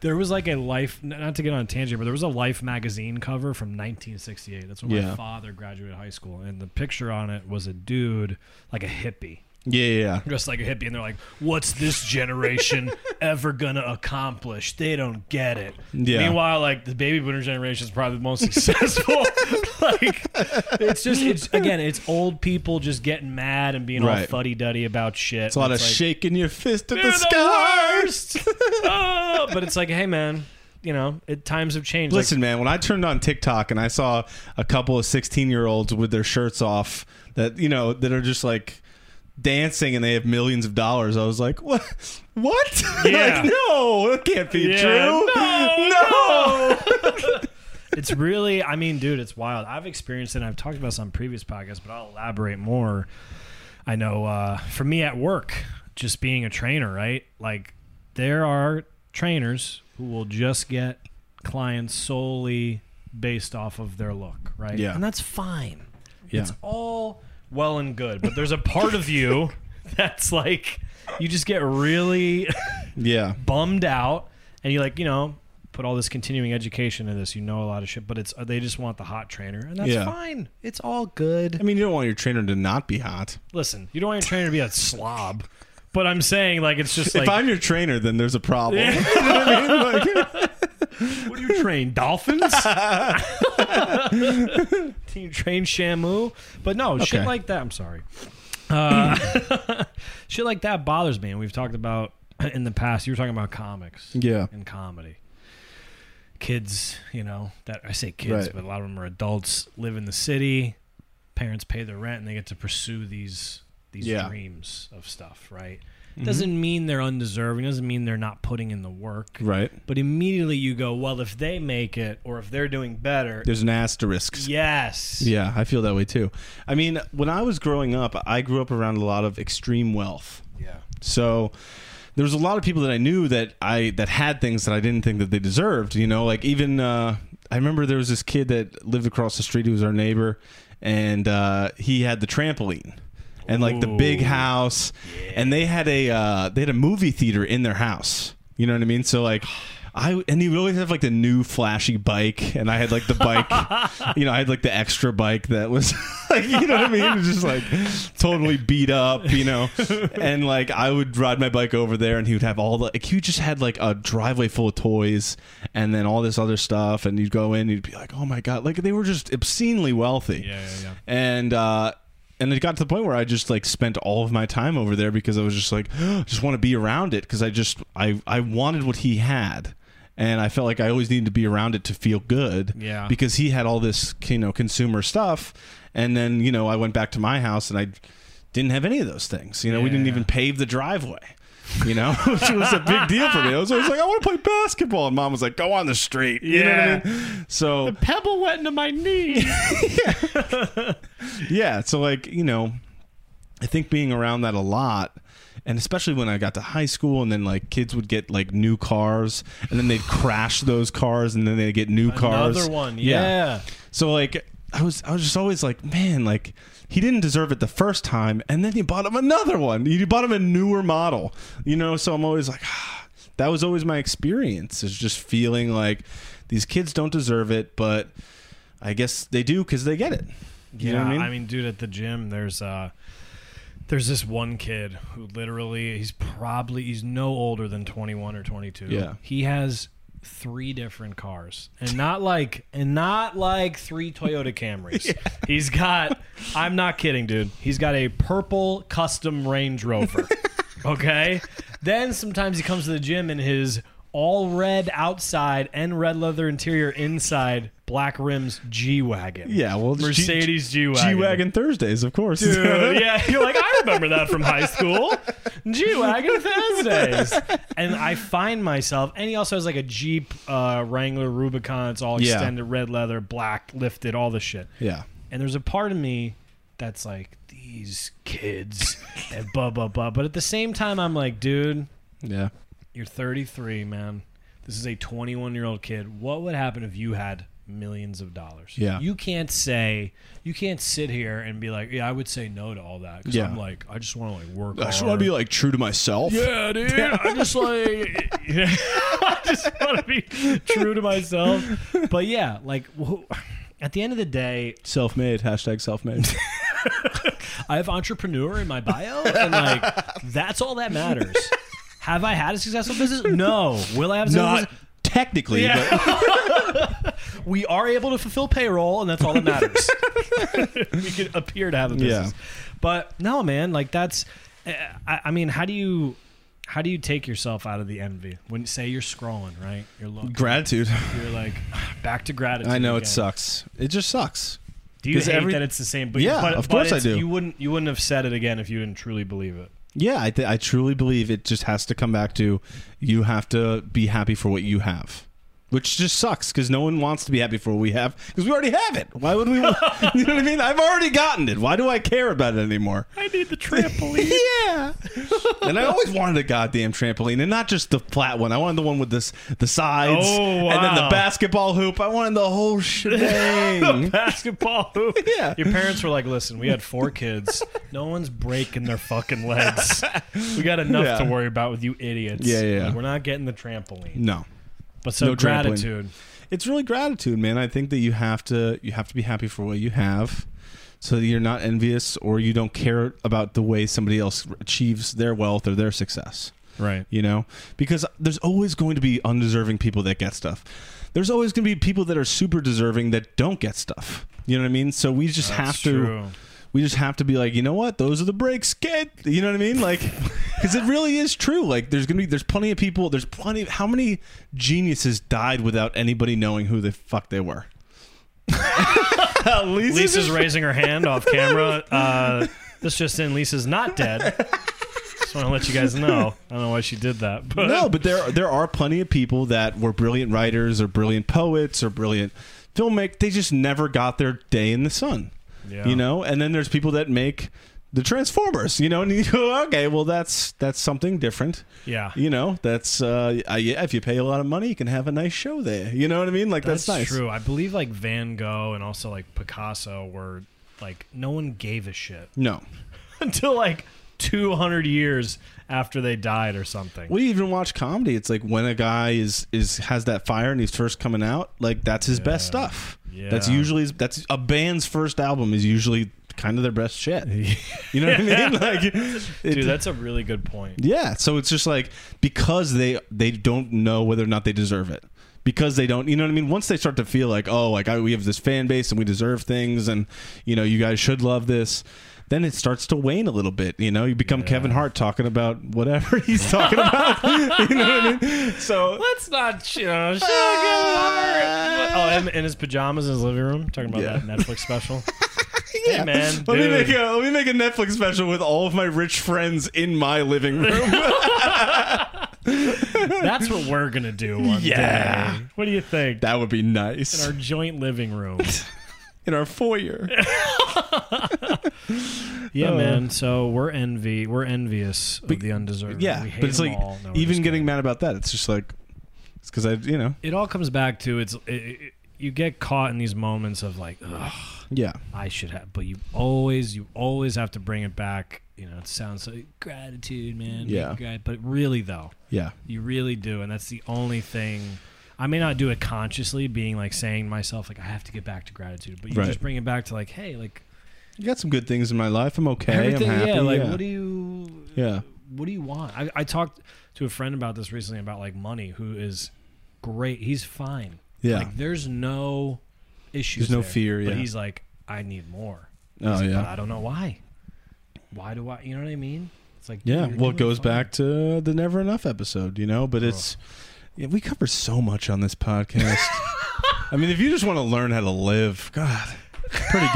Speaker 2: There was like a life, n- not to get on a tangent, but there was a Life magazine cover from 1968. That's when
Speaker 3: Yeah.
Speaker 2: my father graduated high school, and the picture on it was a dude like a hippie,
Speaker 3: Yeah, yeah.
Speaker 2: dressed like a hippie, and they're like, "What's this generation ever gonna accomplish? They don't get it."
Speaker 3: Yeah.
Speaker 2: Meanwhile, like the baby boomer generation is probably the most successful. like, it's just it's again, it's old people just getting mad and being all
Speaker 3: Right.
Speaker 2: fuddy duddy about shit.
Speaker 3: It's a lot of
Speaker 2: like,
Speaker 3: shaking your fist at
Speaker 2: "You're
Speaker 3: the sky.
Speaker 2: worst. Oh, but it's like, hey man, you know, it, times have changed. Like,
Speaker 3: Listen, man, when I turned on TikTok and I saw a couple of 16 year olds with their shirts off that, you know, that are just like dancing and they have millions of dollars, I was like, what? What?
Speaker 2: Yeah.
Speaker 3: like, no, that can't be
Speaker 2: Yeah.
Speaker 3: true.
Speaker 2: No,
Speaker 3: no.
Speaker 2: it's really i mean dude it's wild i've experienced it and i've talked about this on previous podcasts but i'll elaborate more i know uh, for me at work just being a trainer right like there are trainers who will just get clients solely based off of their look right
Speaker 3: Yeah.
Speaker 2: and that's fine
Speaker 3: Yeah.
Speaker 2: it's all well and good but there's a part of you that's like you just get really
Speaker 3: Yeah.
Speaker 2: bummed out and you like you know put all this continuing education into this you know a lot of shit but it's uh, they just want the hot trainer and that's
Speaker 3: Yeah.
Speaker 2: fine it's all good
Speaker 3: I mean, you don't want your trainer to not be hot.
Speaker 2: listen you don't want your trainer to be a slob but i'm saying like it's just
Speaker 3: if
Speaker 2: like
Speaker 3: I'm your trainer, then there's a problem. You know what I mean? Like-
Speaker 2: what do you train dolphins do you train shamu but no shit
Speaker 3: Okay.
Speaker 2: like that i'm sorry uh, shit like that bothers me and we've talked about in the past you were talking about comics
Speaker 3: yeah.
Speaker 2: in comedy. Kids, you know, that I say kids,
Speaker 3: Right.
Speaker 2: but a lot of them are adults, live in the city, parents pay their rent and they get to pursue these these
Speaker 3: Yeah. Mm-hmm.
Speaker 2: dreams of stuff, right? Doesn't mean they're undeserving. Doesn't mean they're not putting in the work.
Speaker 3: Right.
Speaker 2: But immediately you go, well, if they make it or if they're doing better,
Speaker 3: There's an asterisk.
Speaker 2: yes.
Speaker 3: Yeah, I feel that way too. I mean, when I was growing up, I grew up around a lot of extreme wealth.
Speaker 2: Yeah.
Speaker 3: So there was a lot of people that I knew that I that had things that I didn't think that they deserved. You know, like even uh, I remember there was this kid that lived across the street who was our neighbor, and uh, he had the trampoline. And like the big
Speaker 2: Ooh.
Speaker 3: house, and they had a uh, they had a movie theater in their house. You know what I mean? So like, I and he would always have like the new flashy bike, and I had like the bike, you know, I had like the extra bike that was like, you know what I mean? It was just like totally beat up, you know. And like I would ride my bike over there, and he would have all the like he just had like a driveway full of toys, and then all this other stuff, and you'd go in, you'd be like, oh my god, like they were just obscenely wealthy.
Speaker 2: Yeah, yeah, yeah.
Speaker 3: And uh, and it got to the point where I just like spent all of my time over there because I was just like, just want to be around it because I just I I wanted what he had, and I felt like I always needed to be around it to feel good.
Speaker 2: Yeah.
Speaker 3: Because he had all this you know consumer stuff, and then you know I went back to my house and I didn't have any of those things. You know, we didn't
Speaker 2: Yeah.
Speaker 3: even pave the driveway. You know, which was a big deal for me. I was always like, I want to play basketball, and mom was like, Go on the street. You know what I mean? So
Speaker 2: Pebble went into my knee.
Speaker 3: yeah so like you know i think being around that a lot and especially when i got to high school and then like kids would get like new cars and then they'd crash those cars and then they'd get new cars
Speaker 2: Another one. Yeah.
Speaker 3: so like i was i was just always like man like he didn't deserve it the first time and then you bought him another one you bought him a newer model you know so i'm always like ah. that was always my experience is just feeling like these kids don't deserve it but i guess they do because they get it you know what i mean
Speaker 2: dude, at the gym, there's uh, there's this one kid who literally he's probably he's no older than 21 or 22.
Speaker 3: Yeah.
Speaker 2: he has three different cars, and not like and not like three Toyota Camrys. He's got, I'm not kidding, dude. He's got a purple custom Range Rover. okay, then sometimes he comes to the gym in his. All red outside and red leather interior inside, black rims G wagon.
Speaker 3: Yeah, well, it's G-
Speaker 2: Mercedes G wagon.
Speaker 3: G Wagon Thursdays, of course.
Speaker 2: Dude, yeah, you're like, I remember that from high school. G Wagon Thursdays. And I find myself, and he also has like a Jeep uh, Wrangler Rubicon. It's all
Speaker 3: Yeah.
Speaker 2: extended, red leather, black, lifted, all this shit.
Speaker 3: yeah.
Speaker 2: And there's a part of me that's like, these kids and blah, blah, blah. But at the same time, I'm like, dude,
Speaker 3: Yeah.
Speaker 2: you're 33, man. This is a 21 year old kid. What would happen if you had millions of dollars?
Speaker 3: Yeah.
Speaker 2: You can't say, you can't sit here and be like, yeah, I would say no to all that. Cause
Speaker 3: Yeah.
Speaker 2: I'm like, I just want to like work.
Speaker 3: I just
Speaker 2: hard.
Speaker 3: want to be like true to myself.
Speaker 2: yeah, dude. I just like, yeah, I just want to be true to myself. But yeah, like, wh- at the end of the day,
Speaker 3: Self made, hashtag self made.
Speaker 2: I have entrepreneur in my bio, and like that's all that matters. Have I had a successful business? No. Will I have a successful
Speaker 3: Not
Speaker 2: business?
Speaker 3: technically,
Speaker 2: Yeah. we are able to fulfill payroll, and that's all that matters. we could appear to have a business, but no, man. Like that's, I, I mean, how do you, how do you take yourself out of the envy when say you're scrolling, right? You're
Speaker 3: but
Speaker 2: looking,
Speaker 3: gratitude.
Speaker 2: you're like back to gratitude.
Speaker 3: I know it
Speaker 2: again.
Speaker 3: sucks. It just sucks.
Speaker 2: Do you
Speaker 3: 'Cause
Speaker 2: hate
Speaker 3: every-
Speaker 2: that it's the same? But
Speaker 3: Yeah,
Speaker 2: but,
Speaker 3: of
Speaker 2: but
Speaker 3: course I
Speaker 2: it's-
Speaker 3: do.
Speaker 2: You wouldn't, you wouldn't have said it again if you didn't truly believe it.
Speaker 3: Yeah, I, th- I truly believe it just has to come back to you have to be happy for what you have. Which just sucks because no one wants to be happy for what we have because we already have it. Why would we? Want- you know what I mean? I've already gotten it. Why do I care about it anymore?
Speaker 2: I need the trampoline.
Speaker 3: yeah. and I always wanted a goddamn trampoline, and not just the flat one. I wanted the one with this the sides,
Speaker 2: Oh,
Speaker 3: and then the
Speaker 2: wow.
Speaker 3: basketball hoop. I wanted the whole shebang.
Speaker 2: basketball hoop.
Speaker 3: Yeah.
Speaker 2: Your parents were like, listen, we had four kids. No one's breaking their fucking legs. We got enough
Speaker 3: Yeah.
Speaker 2: to worry about with you idiots.
Speaker 3: Yeah, yeah,
Speaker 2: Like,
Speaker 3: yeah.
Speaker 2: we're not getting the trampoline.
Speaker 3: no,
Speaker 2: But so
Speaker 3: No trampoline.
Speaker 2: gratitude.
Speaker 3: it's really gratitude, man. I think that you have to you have to be happy for what you have, so that you're not envious or you don't care about the way somebody else achieves their wealth or their success.
Speaker 2: Right.
Speaker 3: you know because there's always going to be undeserving people that get stuff there's always going to be people that are super deserving that don't get stuff you know what i mean so we just
Speaker 2: That's
Speaker 3: have to
Speaker 2: true.
Speaker 3: we just have to be like you know what those are the breaks kid you know what i mean like because it really is true like there's gonna be there's plenty of people there's plenty how many geniuses died without anybody knowing who the fuck they were Lisa's,
Speaker 2: Uh, Lisa's raising her hand off camera. Uh, this just in, Lisa's not dead. Just want to let you guys know. I don't know why she did that, but
Speaker 3: no, but there there are plenty of people that were brilliant writers or brilliant poets or brilliant filmmakers. They just never got their day in the sun,
Speaker 2: Yeah.
Speaker 3: you know. And then there's people that make the Transformers, you know. And you go, okay, well that's that's something different,
Speaker 2: yeah,
Speaker 3: you know. That's uh, I, yeah. If you pay a lot of money, you can have a nice show there. You know what I mean? Like that's, nice.
Speaker 2: true. I believe like Van Gogh and also like Picasso were like no one gave a shit
Speaker 3: No,
Speaker 2: until like 200 years after they died or something.
Speaker 3: we even watch comedy. It's like when a guy is is has that fire and he's first coming out, like that's his best stuff. That's
Speaker 2: Yeah.
Speaker 3: usually that's a band's first album is usually kind of their best shit. You know what I mean? Like, it-
Speaker 2: Dude, that's a really good point.
Speaker 3: yeah. So it's just like because they they don't know whether or not they deserve it because they don't. You know what I mean? Once they start to feel like oh, like I, we have this fan base and we deserve things, and you know you guys should love this. Then it starts to wane a little bit, you know. You become Kevin Hart talking about whatever he's talking about. you know what I mean? So
Speaker 2: Let's not, you know, sugar. Oh, and in his pajamas in his living room, talking about
Speaker 3: Yeah.
Speaker 2: that Netflix special.
Speaker 3: yeah,
Speaker 2: man,
Speaker 3: Let me
Speaker 2: dude.
Speaker 3: make a let me make a Netflix special with all of my rich friends in my living room.
Speaker 2: That's what we're gonna do one
Speaker 3: Yeah.
Speaker 2: day. What do you think?
Speaker 3: that would be
Speaker 2: In
Speaker 3: nice.
Speaker 2: our joint living room.
Speaker 3: in our foyer.
Speaker 2: Yeah,
Speaker 3: Uh,
Speaker 2: man. So we're envy. We're envious of the undeserving.
Speaker 3: Yeah,
Speaker 2: we hate
Speaker 3: but it's
Speaker 2: them
Speaker 3: like
Speaker 2: all. No, we're
Speaker 3: even
Speaker 2: just
Speaker 3: getting
Speaker 2: kidding.
Speaker 3: mad about that. It's just like it's because I, you know,
Speaker 2: It all comes back to it's. It, it, you get caught in these moments of like, Ugh,
Speaker 3: yeah,
Speaker 2: I should have, but you always, you always have to bring it back. You know, it sounds so gratitude, man.
Speaker 3: Yeah.
Speaker 2: Grat- but really though,
Speaker 3: yeah,
Speaker 2: You really do, and that's the only thing. I may not do it consciously, being like saying to myself like I have to get back to gratitude, but you
Speaker 3: Right.
Speaker 2: just bring it back to like, hey, like
Speaker 3: you got some good things in my life. I'm okay.
Speaker 2: everything,
Speaker 3: I'm happy.
Speaker 2: yeah. Like, what do you,
Speaker 3: Yeah.
Speaker 2: what do you want? I, I talked to a friend about this recently about like money, who is great. He's fine.
Speaker 3: Yeah.
Speaker 2: like there's no issues.
Speaker 3: There's no
Speaker 2: there.
Speaker 3: fear,
Speaker 2: But
Speaker 3: yeah.
Speaker 2: he's like, I need more.
Speaker 3: Oh,
Speaker 2: He's like,
Speaker 3: yeah.
Speaker 2: But I don't know why. Why do I? You know what I mean? It's like
Speaker 3: yeah.
Speaker 2: dude, you're
Speaker 3: Well, it
Speaker 2: doing
Speaker 3: goes
Speaker 2: fine.
Speaker 3: back to the never enough episode, you know. But it's yeah, we cover so much on this podcast. I mean, if you just want to learn how to live, God, it's pretty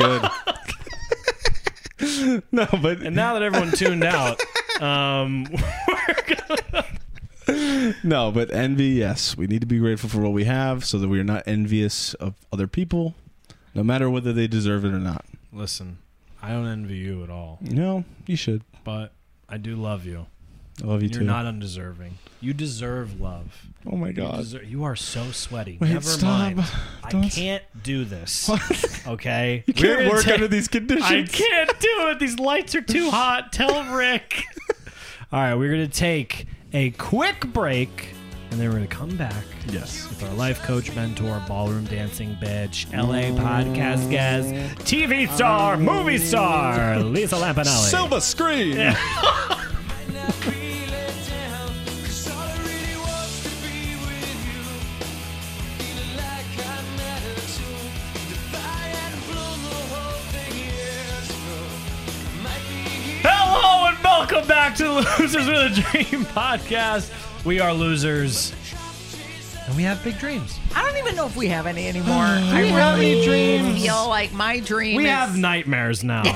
Speaker 3: good. no, but
Speaker 2: And now that everyone tuned out, um,
Speaker 3: No, but envy, yes. We need to be grateful for what we have so that we are not envious of other people, no matter whether they deserve it or not.
Speaker 2: Listen, I don't envy you at all,
Speaker 3: No, you should.
Speaker 2: but I do love you.
Speaker 3: I love you
Speaker 2: You're
Speaker 3: too.
Speaker 2: not undeserving. You deserve love.
Speaker 3: oh my
Speaker 2: You,
Speaker 3: god.
Speaker 2: deser- you are so sweaty.
Speaker 3: Wait,
Speaker 2: Never
Speaker 3: stop.
Speaker 2: mind. I
Speaker 3: Don't-
Speaker 2: can't do this. Okay.
Speaker 3: You
Speaker 2: We're
Speaker 3: can't
Speaker 2: gonna
Speaker 3: work
Speaker 2: take-
Speaker 3: under these
Speaker 2: I
Speaker 3: conditions.
Speaker 2: can't do it. These lights are too hot. Tell Rick. all right, we're gonna take a quick break, and then we're gonna come back.
Speaker 3: Yes.
Speaker 2: with our life coach, mentor, ballroom dancing bitch, LA podcast guest, TV star, movie star, Lisa Lampanelli.
Speaker 3: Silver screen.
Speaker 2: Hello and welcome back to the Losers with a Dream podcast. We are losers, and we have big dreams.
Speaker 1: I don't even know if we have any anymore. I really
Speaker 2: have any dreams.
Speaker 1: feel like my dream
Speaker 2: We
Speaker 1: is
Speaker 2: have nightmares now. and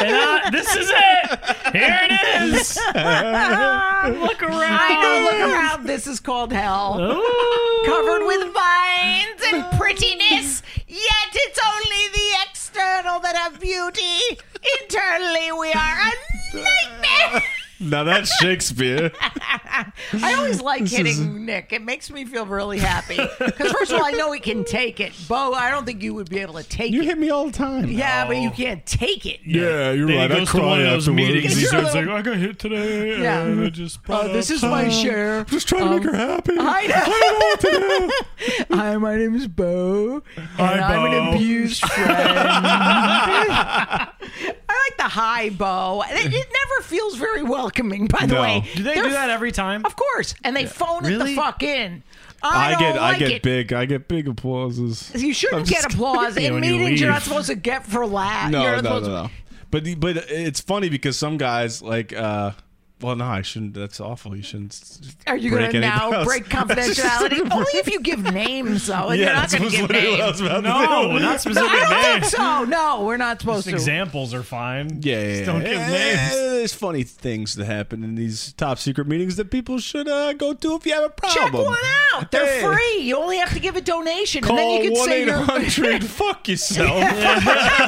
Speaker 2: uh, this is it. Here it is. Look
Speaker 1: I know,
Speaker 2: around.
Speaker 1: look around. This is called hell.
Speaker 2: Ooh.
Speaker 1: Covered with vines and prettiness, yet it's only the external that have beauty. Internally, we are a nightmare.
Speaker 3: Now that's Shakespeare.
Speaker 1: I always like hitting Nick. It makes me feel really happy. Because, first of all, I know he can take it. Bo, I don't think you would be able to take
Speaker 3: you
Speaker 1: it.
Speaker 3: hit me all the time.
Speaker 1: Yeah, but
Speaker 2: No.
Speaker 1: you can't take it.
Speaker 3: Yeah, you're
Speaker 2: Then
Speaker 3: right.
Speaker 2: He
Speaker 3: I
Speaker 2: goes to
Speaker 3: cried
Speaker 2: one of those
Speaker 3: afterwards.
Speaker 2: meetings. He
Speaker 1: You're a
Speaker 2: starts
Speaker 1: little-
Speaker 2: like, "I got hit today,
Speaker 1: Yeah.
Speaker 2: and I just
Speaker 1: Oh, this is my share.
Speaker 3: Just trying to make her happy.
Speaker 1: I know. Hi, my name is Bo, and I'm
Speaker 2: Bo.
Speaker 1: an abused friend. I like the hi, Bo. It, it never feels very welcoming, by the
Speaker 3: No.
Speaker 1: way.
Speaker 2: Do they
Speaker 1: They're
Speaker 2: do that every time?
Speaker 1: Of course, and they phone it the
Speaker 2: Really?
Speaker 1: fuck in.
Speaker 3: I
Speaker 1: I,
Speaker 3: get
Speaker 1: don't
Speaker 3: I
Speaker 1: like
Speaker 3: get
Speaker 1: it.
Speaker 3: big I get big applauses.
Speaker 1: You
Speaker 3: I'm
Speaker 1: shouldn't
Speaker 3: just
Speaker 1: get applause
Speaker 2: kidding.
Speaker 1: in
Speaker 2: When you
Speaker 1: meetings. You're not
Speaker 2: leave.
Speaker 1: supposed to get for laugh.
Speaker 3: no,
Speaker 1: You're not
Speaker 3: no,
Speaker 1: supposed
Speaker 3: no, no. But but it's funny because some guys like uh Well, no, I shouldn't. That's awful. You shouldn't. s-
Speaker 1: Are you
Speaker 3: break
Speaker 1: going to
Speaker 3: any
Speaker 1: now
Speaker 3: bounds.
Speaker 1: break confidentiality? Oh, Only if you give names, though. And you're not
Speaker 3: that's
Speaker 1: going to
Speaker 3: was
Speaker 1: give
Speaker 3: literally what I was
Speaker 1: names.
Speaker 3: about to
Speaker 2: No,
Speaker 3: do.
Speaker 2: not specific names.
Speaker 1: So no, we're not supposed
Speaker 2: Just
Speaker 1: to.
Speaker 2: examples are fine.
Speaker 3: Yeah, yeah,
Speaker 2: Just don't
Speaker 3: yeah.
Speaker 2: give
Speaker 3: Eh,
Speaker 2: names.
Speaker 3: There's funny things that happen in these top secret meetings that people should uh, go to if you have a
Speaker 1: Check
Speaker 3: problem.
Speaker 1: one out. They're
Speaker 3: Hey,
Speaker 1: free. You only have to give a donation, and
Speaker 3: Call
Speaker 1: then you can
Speaker 3: one
Speaker 1: say
Speaker 3: eight
Speaker 1: your
Speaker 3: hundred. Fuck yourself.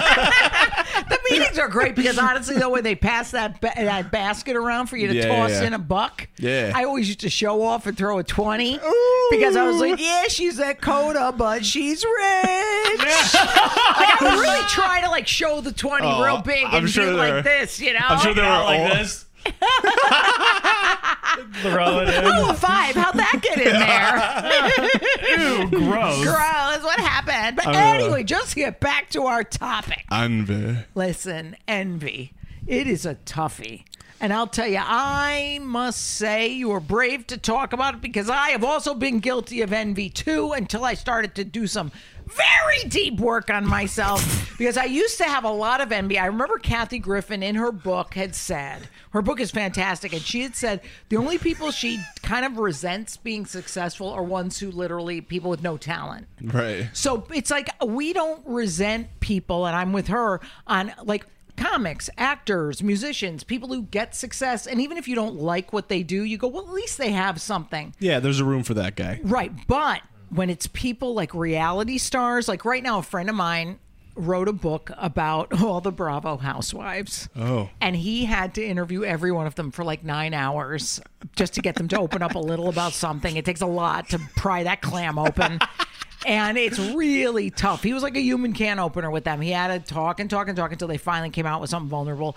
Speaker 1: the meetings are great because honestly, though, when they pass that ba- that basket around for you to
Speaker 3: Yeah,
Speaker 1: toss
Speaker 3: yeah.
Speaker 1: in a buck,
Speaker 3: Yeah.
Speaker 1: I always used to show off and throw a twenty because I was like, yeah, she's at Coda, but she's rich. like I would really try to like show the twenty
Speaker 3: Oh,
Speaker 1: real big
Speaker 3: I'm
Speaker 1: and
Speaker 3: sure
Speaker 1: do
Speaker 3: there-
Speaker 1: like this, you know.
Speaker 3: I'm sure there
Speaker 2: Not
Speaker 3: are
Speaker 2: like
Speaker 3: all-
Speaker 2: this. Throw it in.
Speaker 1: Oh, a five. How'd that get in there?
Speaker 2: Gross.
Speaker 1: Gross. What happened? But
Speaker 3: don't know.
Speaker 1: anyway, just to get back to our topic.
Speaker 3: Envy.
Speaker 1: Listen, envy. It is a toughie. And I'll tell you, I must say you were brave to talk about it because I have also been guilty of envy too until I started to do some very deep work on myself because I used to have a lot of envy. I remember Kathy Griffin in her book had said, her book is fantastic, and she had said the only people she kind of resents being successful are ones who literally people with no talent.
Speaker 3: Right.
Speaker 1: So it's like we don't resent people, and I'm with her on like comics, actors, musicians, people who get success. And even if you don't like what they do, you go, well, at least they have something.
Speaker 3: Yeah, there's a room for that guy.
Speaker 1: Right. But when it's people like reality stars, like right now, a friend of mine wrote a book about all the Bravo housewives.
Speaker 3: Oh.
Speaker 1: And he had to interview every one of them for like nine hours just to get them to open up a little about something. It takes a lot to pry that clam open. And it's really tough. He was like a human can opener with them. He had to talk and talk and talk until they finally came out with something vulnerable.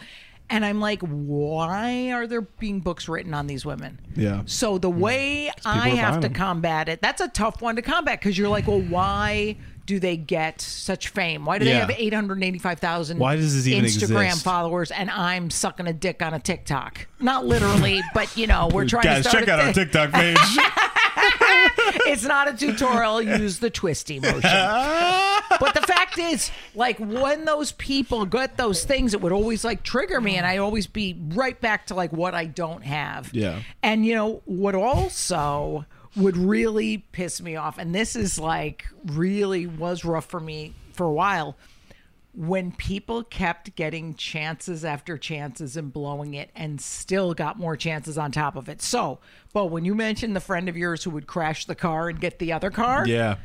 Speaker 1: And I'm like, why are there being books written on these women?
Speaker 3: Yeah. Mm.
Speaker 1: So the way I
Speaker 3: are
Speaker 1: have
Speaker 3: buying
Speaker 1: to
Speaker 3: them.
Speaker 1: combat it, that's a tough one to combat because you're like, well, why do they get such fame? Why do
Speaker 3: Yeah.
Speaker 1: they have 885,000
Speaker 3: Why does this even
Speaker 1: Instagram
Speaker 3: exist?
Speaker 1: followers and I'm sucking a dick on a TikTok? Not literally, but you know, we're trying
Speaker 3: Guys,
Speaker 1: to start
Speaker 3: check
Speaker 1: a
Speaker 3: out our
Speaker 1: thing.
Speaker 3: TikTok page.
Speaker 1: It's not a tutorial. Use the twisty motion. but the fact is, like when those people got those things, it would always like trigger me, and I always be right back to like what I don't have.
Speaker 3: Yeah.
Speaker 1: And you know what also would really piss me off, and this is like really was rough for me for a while. When people kept getting chances after chances and blowing it and still got more chances on top of it. So, but when you mentioned the friend of yours who would crash the car and get the other car,
Speaker 3: yeah.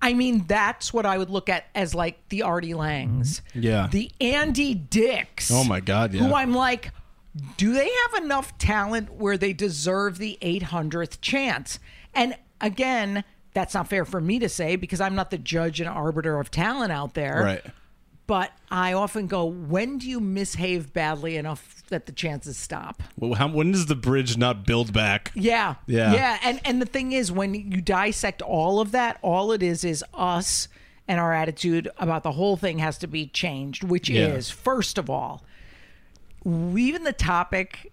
Speaker 1: I mean, that's what I would look at as like the Artie Langs.
Speaker 3: Mm-hmm. Yeah.
Speaker 1: The Andy Dicks.
Speaker 3: Oh my God, yeah.
Speaker 1: Who I'm like, do they have enough talent where they deserve the 800th chance? And again, that's not fair for me to say because I'm not the judge and arbiter of talent out there.
Speaker 3: Right.
Speaker 1: But I often go, when do you misbehave badly enough that the chances stop?
Speaker 3: Well, how, when does the bridge not build back?
Speaker 1: Yeah.
Speaker 3: Yeah.
Speaker 1: Yeah. And and the thing is when you dissect all of that, all it is is us and our attitude about the whole thing has to be changed, which
Speaker 3: Yeah.
Speaker 1: is first of all, even the topic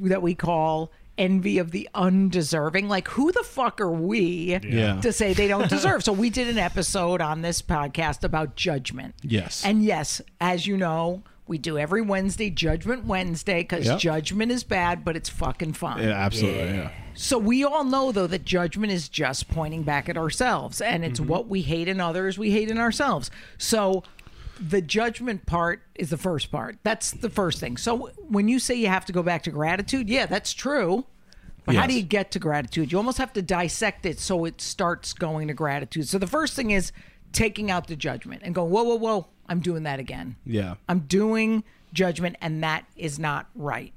Speaker 1: that we call envy of the undeserving like who the fuck are we
Speaker 3: Yeah.
Speaker 1: to say they don't deserve so we did an episode on this podcast about judgment
Speaker 3: Yes.
Speaker 1: and yes, as you know, we do every Wednesday, Judgment Wednesday, because
Speaker 3: Yep.
Speaker 1: judgment is bad, but it's fucking fun.
Speaker 3: Yeah, absolutely. Yeah.
Speaker 1: So we all know, though, that judgment is just pointing back at ourselves, and it's what we hate in others, we hate in ourselves. So the judgment part is the first part. That's the first thing. So when you say you have to go back to gratitude, yeah, that's true. But how
Speaker 3: Yes.
Speaker 1: do you get to gratitude? You almost have to dissect it so it starts going to gratitude. So the first thing is taking out the judgment and going, whoa, whoa, whoa, I'm doing that again.
Speaker 3: Yeah.
Speaker 1: I'm doing judgment, and that is not right.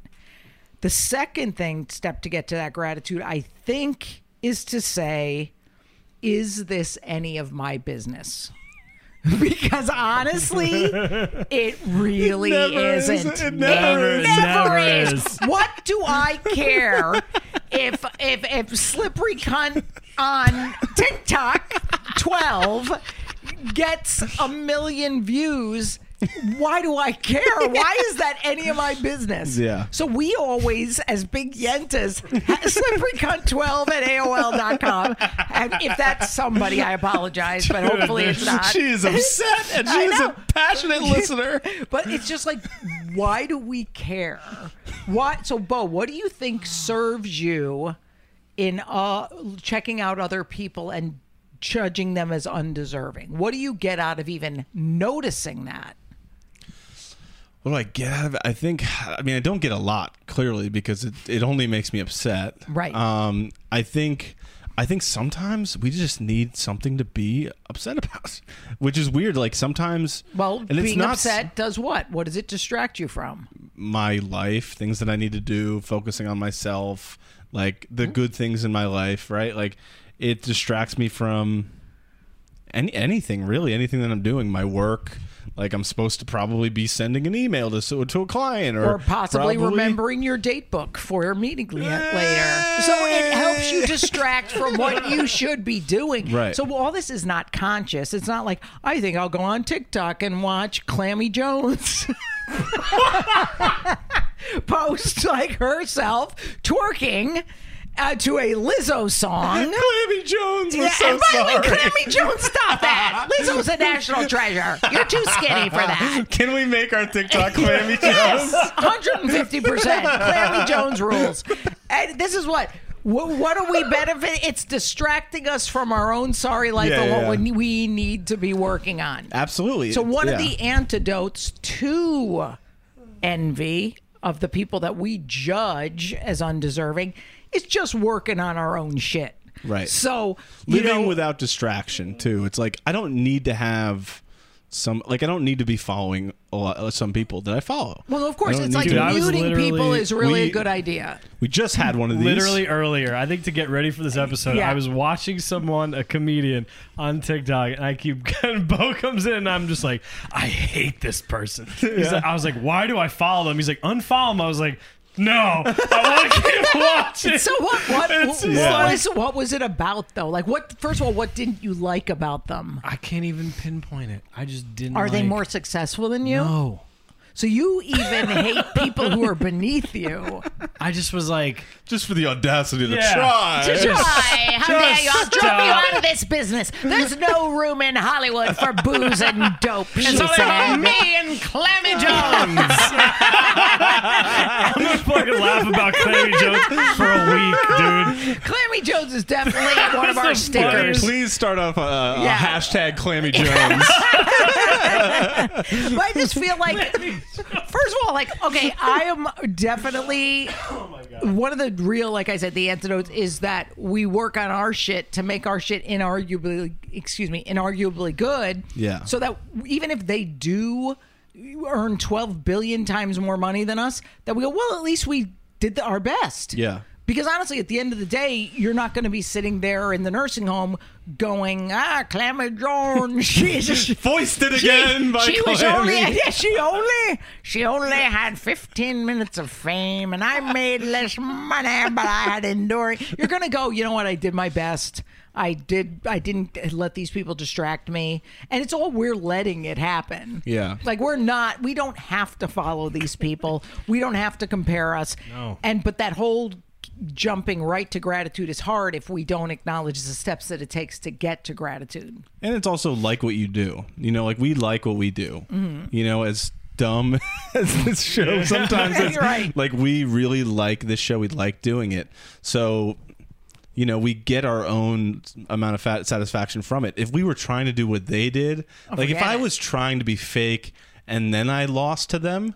Speaker 1: The second thing, step to get to that gratitude, I think, is to say, is this any of my business? because honestly, it really
Speaker 3: never is.
Speaker 1: isn't.
Speaker 3: It never
Speaker 1: It
Speaker 2: is.
Speaker 1: never
Speaker 2: Never
Speaker 1: is.
Speaker 2: is.
Speaker 1: What do I care if if if slippery cunt on TikTok twelve gets a million views? Why do I care? Why is that any of my business?
Speaker 3: Yeah.
Speaker 1: So we always, as big yentas, slippery cunt 12 at AOL.com. And if that's somebody, I apologize, but hopefully it's not.
Speaker 3: She is upset and she
Speaker 1: I
Speaker 3: is
Speaker 1: know.
Speaker 3: a passionate listener.
Speaker 1: But it's just like, why do we care? Why? So, Bo, what do you think serves you in uh, checking out other people and judging them as undeserving? What do you get out of even noticing that?
Speaker 3: What do I get out of it? I think, I mean, I don't get a lot clearly because it, it only makes me upset.
Speaker 1: Right.
Speaker 3: Um, I think, I think sometimes we just need something to be upset about, which is weird. Like sometimes,
Speaker 1: Well,
Speaker 3: and it's
Speaker 1: being
Speaker 3: not s-
Speaker 1: upset does what? What does it distract you from?
Speaker 3: my life, things that I need to do, focusing on myself, like
Speaker 1: Mm-hmm.
Speaker 3: the good things in my life, right? Like it distracts me from any anything really, anything that I'm doing, my work. Like I'm supposed to probably be sending an email to so, to a client, or,
Speaker 1: Or possibly
Speaker 3: probably-
Speaker 1: remembering your date book for your meeting le- later. So it helps you distract from what you should be doing.
Speaker 3: Right.
Speaker 1: So all this is not conscious. It's not like, I think I'll go on TikTok and watch Clammy Jones. Post like herself twerking uh, to a Lizzo song.
Speaker 3: Clammy Jones, we're
Speaker 1: Yeah,
Speaker 3: so
Speaker 1: and by the way,
Speaker 3: sorry.
Speaker 1: Clammy Jones, stop that. Lizzo's a national treasure. You're too skinny for that.
Speaker 3: Can we make our TikTok Clammy Jones?
Speaker 1: Yes, 150 percent. Clammy Jones rules. And this is what. wh- What are we benefit? It's distracting us from our own sorry life
Speaker 3: Yeah,
Speaker 1: and
Speaker 3: yeah,
Speaker 1: what
Speaker 3: yeah.
Speaker 1: we need to be working on.
Speaker 3: Absolutely.
Speaker 1: So one of
Speaker 3: Yeah.
Speaker 1: the antidotes to envy of the people that we judge as undeserving is just working on our own shit.
Speaker 3: Right.
Speaker 1: So you
Speaker 3: living
Speaker 1: know,
Speaker 3: without distraction too. It's like I don't need to have some like I don't need to be following a lot, uh, some people that I follow.
Speaker 1: well, of course,
Speaker 3: I don't
Speaker 1: it's
Speaker 3: need
Speaker 1: like
Speaker 3: to.
Speaker 2: Dude, I was
Speaker 1: muting people
Speaker 2: literally-
Speaker 1: is really a
Speaker 3: we-
Speaker 1: good idea.
Speaker 3: we just had one of these.
Speaker 2: Literally earlier, I think to get ready for this episode,
Speaker 1: Yeah.
Speaker 2: I was watching someone, a comedian on TikTok, and I keep and Bo comes in, and I'm just like, I hate this person. He's like, I was like, why do I follow them? He's like, unfollow him. I was like, no, I want to keep watching.
Speaker 1: So what? What,
Speaker 2: It's
Speaker 1: what,
Speaker 2: just like-
Speaker 1: was, what was it about though? Like what? First of all, what didn't you like about them?
Speaker 2: I can't even pinpoint it. I just didn't.
Speaker 1: Are they
Speaker 2: like-
Speaker 1: more successful than you?
Speaker 2: No,
Speaker 1: So you even hate people who are beneath you?
Speaker 2: I just was like,
Speaker 3: just for the audacity to
Speaker 2: Yeah.
Speaker 3: try.
Speaker 1: Why? How dare you? I'll
Speaker 2: Just
Speaker 1: drop you
Speaker 2: stop.
Speaker 1: out of this business. There's no room in Hollywood for booze and dope. She
Speaker 2: it's all about
Speaker 1: said.
Speaker 2: me and Clammy Jones. I'm gonna fucking laugh about Clammy Jones for a week, dude.
Speaker 1: Clammy Jones is definitely one of our
Speaker 2: That's the funniest
Speaker 1: stickers.
Speaker 3: Please start off a, a
Speaker 1: Yeah.
Speaker 3: hashtag Clammy Jones.
Speaker 1: But I just feel like, first of all, like, okay, I am definitely one of the real, like I said, the antidotes is that we work on our shit to make our shit inarguably, excuse me, inarguably good.
Speaker 3: Yeah.
Speaker 1: So that even if they do earn 12 billion times more money than us, that we go, well, at least we did the, our best.
Speaker 3: Yeah.
Speaker 1: Because honestly, at the end of the day, you're not going to be sitting there in the nursing home going, ah, Clammy Jones, she's
Speaker 3: Voiced it again by
Speaker 1: she was
Speaker 3: Clammy.
Speaker 1: only yeah, she only she only had 15 minutes of fame and I made less money but I had enduring you're gonna go you know what I did my best I did I didn't let these people distract me and it's all we're letting it happen
Speaker 3: Yeah.
Speaker 1: like we're not we don't have to follow these people we don't have to compare us
Speaker 2: No.
Speaker 1: and but that whole jumping right to gratitude is hard if we don't acknowledge the steps that it takes to get to gratitude
Speaker 3: And it's also like what you do. You know, like we like what we do.
Speaker 1: Mm-hmm.
Speaker 3: You know, as dumb as this show sometimes is.
Speaker 1: You're right.
Speaker 3: Like we really like this show. We like doing it. So, you know, we get our own amount of fat satisfaction from it. If we were trying to do what they did, like if
Speaker 1: Oh, forget
Speaker 3: I
Speaker 1: it.
Speaker 3: was trying to be fake and then I lost to them,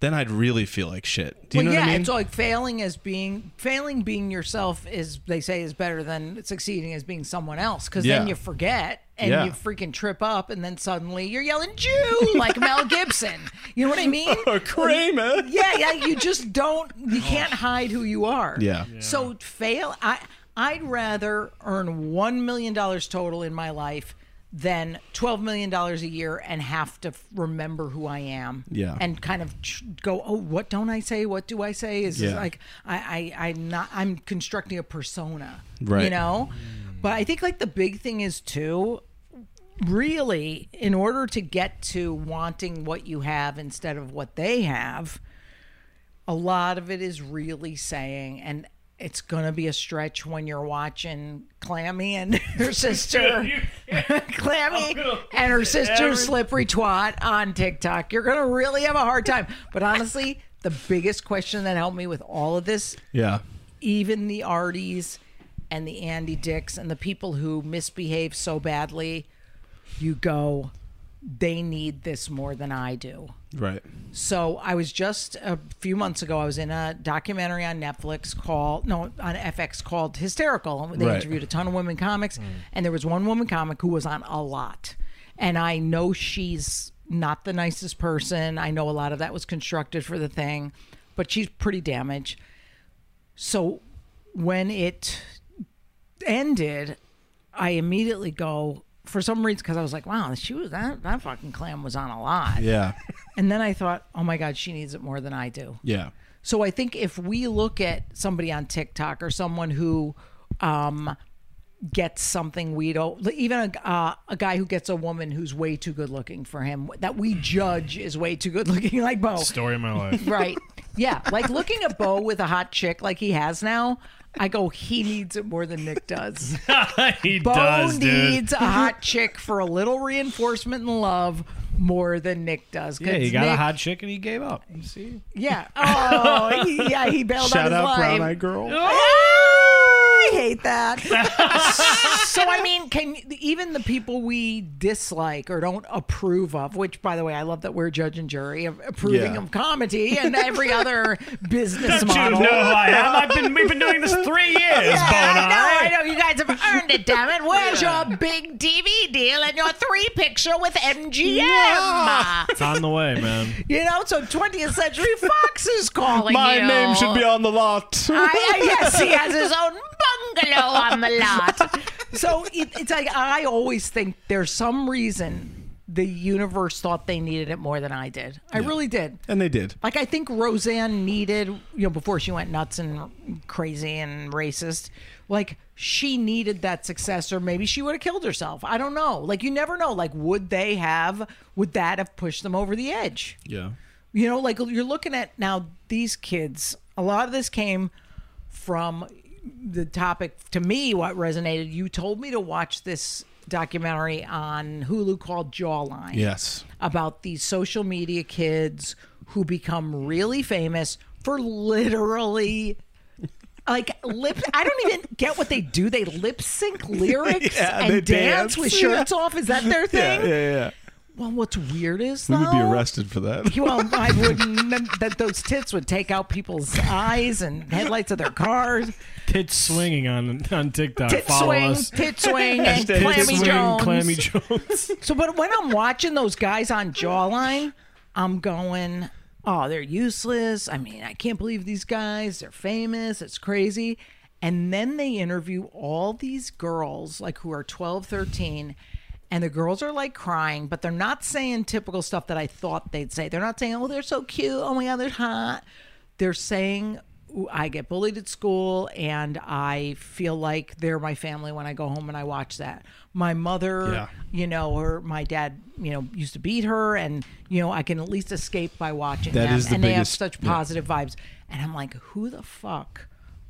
Speaker 3: then I'd really feel like shit. Do you
Speaker 1: well,
Speaker 3: know
Speaker 1: yeah,
Speaker 3: what I mean?
Speaker 1: it's like failing as being failing being yourself is they say is better than succeeding as being someone else because then
Speaker 3: Yeah.
Speaker 1: you forget and
Speaker 3: Yeah.
Speaker 1: you freaking trip up and then suddenly you're yelling Jew like Mel Gibson. You know what I mean?
Speaker 3: a Oh, Kramer.
Speaker 1: yeah, yeah. You just don't. You can't hide who you are.
Speaker 3: Oh. Yeah.
Speaker 1: So fail. I I'd rather earn one million dollars total in my life than twelve million dollars a year and have to f- remember who I am.
Speaker 3: Yeah.
Speaker 1: And kind of tr- go, oh, what don't I say? What do I say? Is this
Speaker 3: Yeah.
Speaker 1: like I I I'm not. I'm constructing a persona. You
Speaker 3: Right.
Speaker 1: know. But I think like the big thing is too really in order to get to wanting what you have instead of what they have a lot of it is really saying and it's gonna be a stretch when you're watching Clammy and her sister, Clammy and her sister
Speaker 2: every-
Speaker 1: Slippery Twat on TikTok. You're gonna really have a hard time. But honestly, the biggest question that helped me with all of this
Speaker 3: Yeah.
Speaker 1: even the Arties and the Andy Dicks and the people who misbehave so badly, you go, they need this more than I do.
Speaker 3: Right.
Speaker 1: So I was just a few months ago, I was in a documentary on Netflix called, no, on FX called Hysterical. They
Speaker 3: Right.
Speaker 1: interviewed a ton of women comics, and there was one woman comic who was on a lot. And I know she's not the nicest person. I know a lot of that was constructed for the thing, but she's pretty damaged. So when it ended, I immediately go, for some reason, because I was like, wow, she was, that, that fucking clam was on a lot.
Speaker 3: Yeah.
Speaker 1: And then I thought, oh my God, she needs it more than I do.
Speaker 3: Yeah.
Speaker 1: So I think if we look at somebody on TikTok or someone who um, gets something we don't, even a, uh, a guy who gets a woman who's way too good looking for him, that we judge is way too good looking, like Bo.
Speaker 2: Story of my life.
Speaker 1: Right. Yeah. Like looking at Bo with a hot chick like he has now, I go, he needs it more than Nick does.
Speaker 2: he
Speaker 1: Bo
Speaker 2: does, dude.
Speaker 1: needs a hot chick for a little reinforcement and love more than Nick does. 'Cause
Speaker 2: Yeah, he got a
Speaker 1: Nick-
Speaker 2: hot chick and he gave up. You see?
Speaker 1: Yeah. Oh, he- yeah. He bailed out his
Speaker 3: Shout out
Speaker 1: life.
Speaker 3: Brown Eyed Girl.
Speaker 1: I hate that. so I mean, can even the people we dislike or don't approve of, which by the way, I love that we're judge and jury of approving
Speaker 3: Yeah.
Speaker 1: of comedy and every other business
Speaker 2: Don't you know
Speaker 1: model.
Speaker 2: who I am? I've been we've been doing this three years,
Speaker 1: Yeah, I
Speaker 2: Bona.
Speaker 1: know, I know. You guys have earned it, damn it. Where's your big TV deal and your three picture with MGM?
Speaker 2: It's on the way, man.
Speaker 1: You know, so 20th Century Fox is calling
Speaker 3: My
Speaker 1: you.
Speaker 3: name should be on the lot.
Speaker 1: I, I guess he has his own bungalow on the lot. So it, it's like I always think there's some reason the universe thought they needed it more than I did. I really did.
Speaker 3: And they did.
Speaker 1: Like I think Roseanne needed, you know, before she went nuts and crazy and racist, like she needed that success, or maybe she would have killed herself. I don't know. Like you never know. Like would they have? Would that have pushed them over the edge?
Speaker 3: Yeah.
Speaker 1: You know, like you're looking at now these kids, a lot of this came from the topic to me what resonated. You told me to watch this documentary on Hulu called Jawline
Speaker 3: Yes.
Speaker 1: about these social media kids who become really famous for literally like lip I don't even get what they do. They lip sync lyrics
Speaker 3: Yeah,
Speaker 1: and
Speaker 3: they
Speaker 1: dance,
Speaker 3: dance.
Speaker 1: with
Speaker 3: Yeah.
Speaker 1: shirts off. Is that their thing?
Speaker 3: Yeah, yeah, yeah.
Speaker 1: Well, what's weird is
Speaker 3: We would be
Speaker 1: though-
Speaker 3: arrested for that.
Speaker 1: well, I wouldn't. That those tits would take out people's eyes and headlights of their cars.
Speaker 2: Tits swinging on on TikTok.
Speaker 1: Tit
Speaker 2: Follow
Speaker 1: swing,
Speaker 2: us.
Speaker 1: tit swing, and
Speaker 3: Hashtag tit
Speaker 1: clammy
Speaker 2: swing,
Speaker 1: Jones.
Speaker 2: Clammy Jones.
Speaker 1: So, but when I'm watching those guys on Jawline, I'm going, oh, they're useless. I mean, I can't believe these guys. They're famous. It's crazy. And then they interview all these girls, like who are 12, 13, and the girls are like crying, but they're not saying typical stuff that I thought they'd say. They're not saying, oh, they're so cute. Oh my God, they're hot. They're saying, "Ooh, I get bullied at school and I feel like they're my family when I go home and I watch that. My mother,
Speaker 3: Yeah.
Speaker 1: you know, her my dad, you know, used to beat her, and you know, I can at least escape by watching
Speaker 3: That
Speaker 1: them,
Speaker 3: is the
Speaker 1: and they have
Speaker 3: biggest-
Speaker 1: such
Speaker 3: yeah.
Speaker 1: positive vibes. And I'm like, who the fuck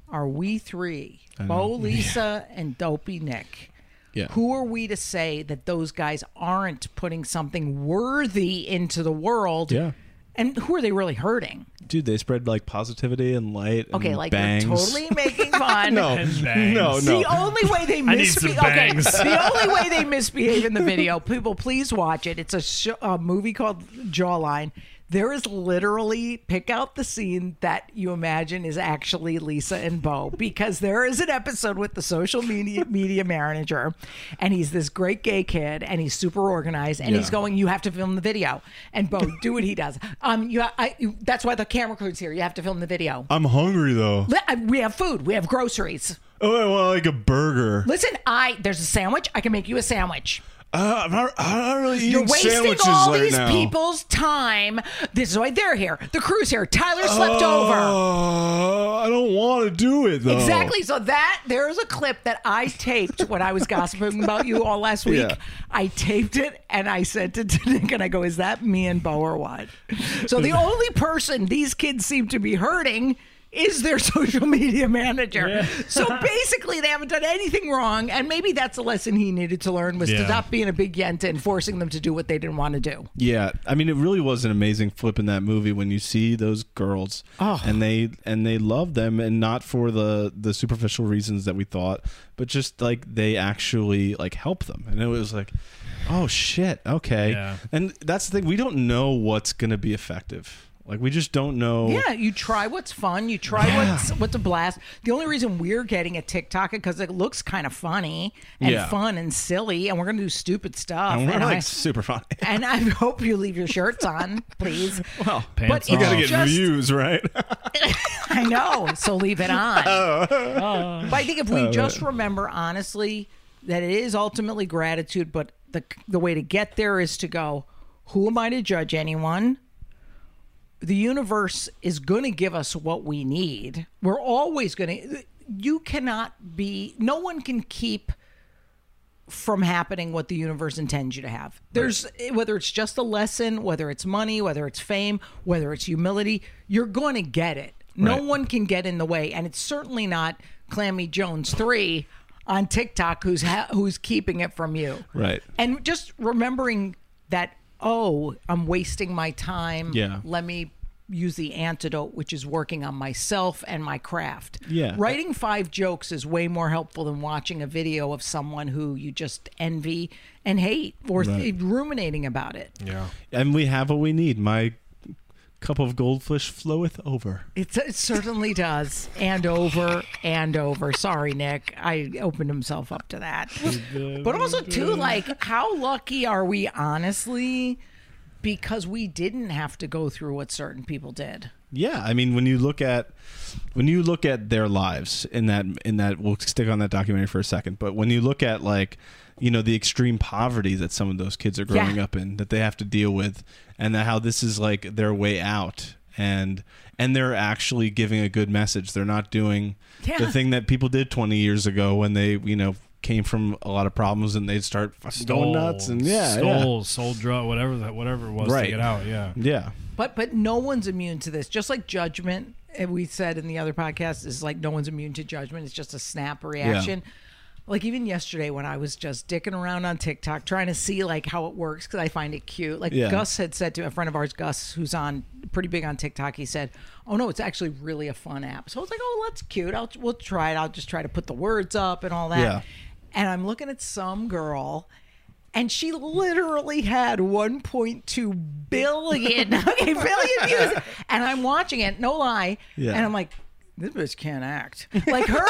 Speaker 1: are we three, Bo, Lisa, and Dopey Nick?
Speaker 3: Yeah.
Speaker 1: Who are we to say that those guys aren't putting something worthy into the world?
Speaker 3: Yeah.
Speaker 1: And who are they really hurting?
Speaker 3: Dude, they spread like positivity and light. And
Speaker 1: Okay, like
Speaker 3: Mm, bangs.
Speaker 1: they're totally oh- making fun.
Speaker 3: No,
Speaker 2: Headbangs.
Speaker 3: no,
Speaker 1: The
Speaker 3: no.
Speaker 1: only way they
Speaker 2: need some
Speaker 1: misbehave. Okay,
Speaker 2: bangs.
Speaker 1: the only way they misbehave in the video, people, please watch it. It's a, sh- a movie called Jawline. There is literally pick out the scene that you imagine is actually Lisa and Bo because there is an episode with the social media media manager, and he's this great gay kid and he's super organized and he's
Speaker 3: Yeah.
Speaker 1: going, you have to film the video, and Bo do what he does. Um, you, I, you, that's why the camera crew's here. You have to film the video.
Speaker 2: Uh
Speaker 1: uh,
Speaker 3: I'm hungry though.
Speaker 1: We have food. We have groceries.
Speaker 3: Oh, I want like a burger.
Speaker 1: Listen, I there's a sandwich. I can make you a sandwich.
Speaker 3: Uh, I'm not, I'm not really eating
Speaker 1: You're wasting
Speaker 3: sandwiches
Speaker 1: all
Speaker 3: right
Speaker 1: these
Speaker 3: now.
Speaker 1: people's time. This is why they're here. The crew's here. Tyler slept over.
Speaker 3: Oh, I don't want to do it though.
Speaker 1: Exactly. So that there's a clip that I taped when I was gossiping about you all last week.
Speaker 3: Yeah.
Speaker 1: I taped it and I sent it to Nick and I go, "Is that me and Bo or what?" So the only person these kids seem to be hurting is their social media manager.
Speaker 2: Yeah.
Speaker 1: So basically, they haven't done anything wrong, and maybe that's a lesson he needed to learn was
Speaker 2: Yeah.
Speaker 1: to stop being a big yenta and forcing them to do what they didn't want to do.
Speaker 3: Yeah, I mean, it really was an amazing flip in that movie when you see those girls
Speaker 1: Oh.
Speaker 3: and they and they love them, and not for the the superficial reasons that we thought, but just like they actually like help them, and it was like, oh shit, okay.
Speaker 2: Yeah.
Speaker 3: And that's the thing we don't know what's gonna be effective. Like we just don't know.
Speaker 1: Yeah, you try what's fun. You try
Speaker 3: Yeah.
Speaker 1: what's what's a blast. The only reason we're getting a TikTok because it looks kind of funny and
Speaker 3: Yeah.
Speaker 1: fun and silly, and we're gonna do stupid stuff.
Speaker 3: And we're like
Speaker 1: I,
Speaker 3: super funny.
Speaker 1: and I hope you leave your shirts on, please.
Speaker 3: Well,
Speaker 2: Pants
Speaker 1: you
Speaker 3: you gotta
Speaker 2: off.
Speaker 3: get
Speaker 1: Just-
Speaker 3: views, right?
Speaker 1: I know, so leave it on.
Speaker 3: Oh.
Speaker 1: But I think if we just remember honestly that it is ultimately gratitude, but the the way to get there is to go, who am I to judge anyone? The universe is going to give us what we need. We're always going to you cannot be no one can keep from happening what the universe intends you to have. There's whether it's just a lesson, whether it's money, whether it's fame, whether it's humility, you're going to get it. No
Speaker 3: Right.
Speaker 1: one can get in the way, and it's certainly not Clammy Jones three on TikTok who's ha- who's keeping it from you.
Speaker 3: Right.
Speaker 1: And just remembering that oh, I'm wasting my time.
Speaker 3: Yeah.
Speaker 1: Let me use the antidote which is working on myself and my craft.
Speaker 3: Yeah.
Speaker 1: Right writing five jokes is way more helpful than watching a video of someone who you just envy and hate or th- ruminating about it.
Speaker 2: Yeah.
Speaker 3: and we have what we need. My cup of goldfish floweth over.
Speaker 1: It's, it certainly does. And over and over. Sorry, Nick. I opened himself up to that. But also, too, like, how lucky are we, honestly, because we didn't have to go through what certain people did?
Speaker 3: Yeah, I mean when you look at when you look at their lives in that in that we'll stick on that documentary for a second, but when you look at like you know the extreme poverty that some of those kids are growing
Speaker 1: Yeah.
Speaker 3: up in that they have to deal with and that how this is like their way out and and they're actually giving a good message. They're not doing
Speaker 1: Yeah.
Speaker 3: the thing that people did 20 years ago when they, you know, came from a lot of problems and they'd start fucking going nuts and yeah,
Speaker 2: stole, sold drug, whatever that, whatever it was
Speaker 3: Right.
Speaker 2: to get out. Yeah.
Speaker 3: yeah. Yeah.
Speaker 1: But but no one's immune to this. Just like judgment, and we said in the other podcast, is like no one's immune to judgment. It's just a snap reaction. Like even yesterday when I was just dicking around on TikTok trying to see like how it works because I find it cute. Like
Speaker 3: Yeah.
Speaker 1: Gus had said to a friend of ours, Gus, who's on pretty big on TikTok, he said, "Oh no, it's actually really a fun app." So I was like, "Oh, that's cute. I'll we'll try it. I'll just try to put the words up and all that."
Speaker 3: Yeah.
Speaker 1: And I'm looking at some girl and she literally had 1.2 billion okay, billion views and i'm watching it no lie
Speaker 3: Yeah.
Speaker 1: and i'm like this bitch can't act like her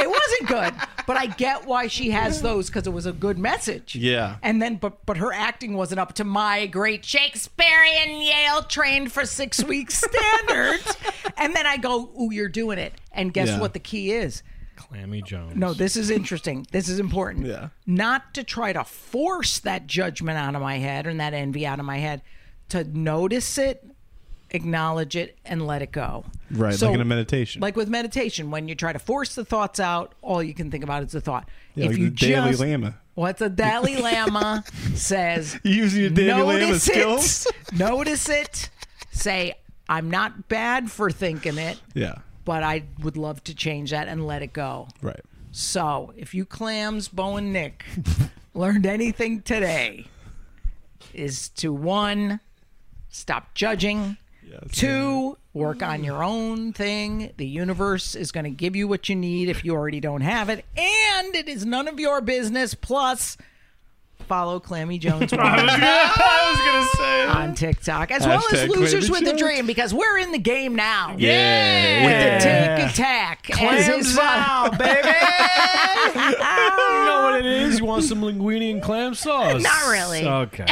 Speaker 1: it wasn't good but i get why she has those because it was a good message
Speaker 3: Yeah.
Speaker 1: and then but but her acting wasn't up to my great shakespearean yale trained for six weeks standards and then i go ooh you're doing it and guess
Speaker 3: Yeah.
Speaker 1: what the key is
Speaker 2: Clammy Jones.
Speaker 1: no, this is interesting. This is important.
Speaker 3: Yeah.
Speaker 1: Not to try to force that judgment out of my head and that envy out of my head, to notice it, acknowledge it, and let it go.
Speaker 3: Right,
Speaker 1: So,
Speaker 3: like in a meditation.
Speaker 1: Like with meditation, when you try to force the thoughts out, all you can think about is the thought.
Speaker 3: Yeah,
Speaker 1: if
Speaker 3: like
Speaker 1: you
Speaker 3: the Dalai
Speaker 1: just,
Speaker 3: Lama.
Speaker 1: What's a Dalai Lama says?
Speaker 3: You using your Dalai Lama
Speaker 1: notice
Speaker 3: skills?
Speaker 1: it. Notice it. Say, I'm not bad for thinking it,
Speaker 3: Yeah.
Speaker 1: but I would love to change that and let it go.
Speaker 3: Right.
Speaker 1: So, if you clams, Bo and Nick, learned anything today, is to one, stop judging. Two, work on your own thing. The universe is going to give you what you need if you already don't have it, and it is none of your business. Plus, follow Clammy Jones
Speaker 2: I was gonna say.
Speaker 1: on TikTok as well as
Speaker 3: Hashtag
Speaker 1: Losers
Speaker 3: Clammy
Speaker 1: with a
Speaker 3: Jones.
Speaker 1: Dream because we're in the game now.
Speaker 2: Yeah.
Speaker 1: With the take attack. as is
Speaker 2: Clams
Speaker 1: fun-
Speaker 2: out, baby. you know what it is. You want some linguine and clam sauce?
Speaker 1: Not really.
Speaker 2: Okay.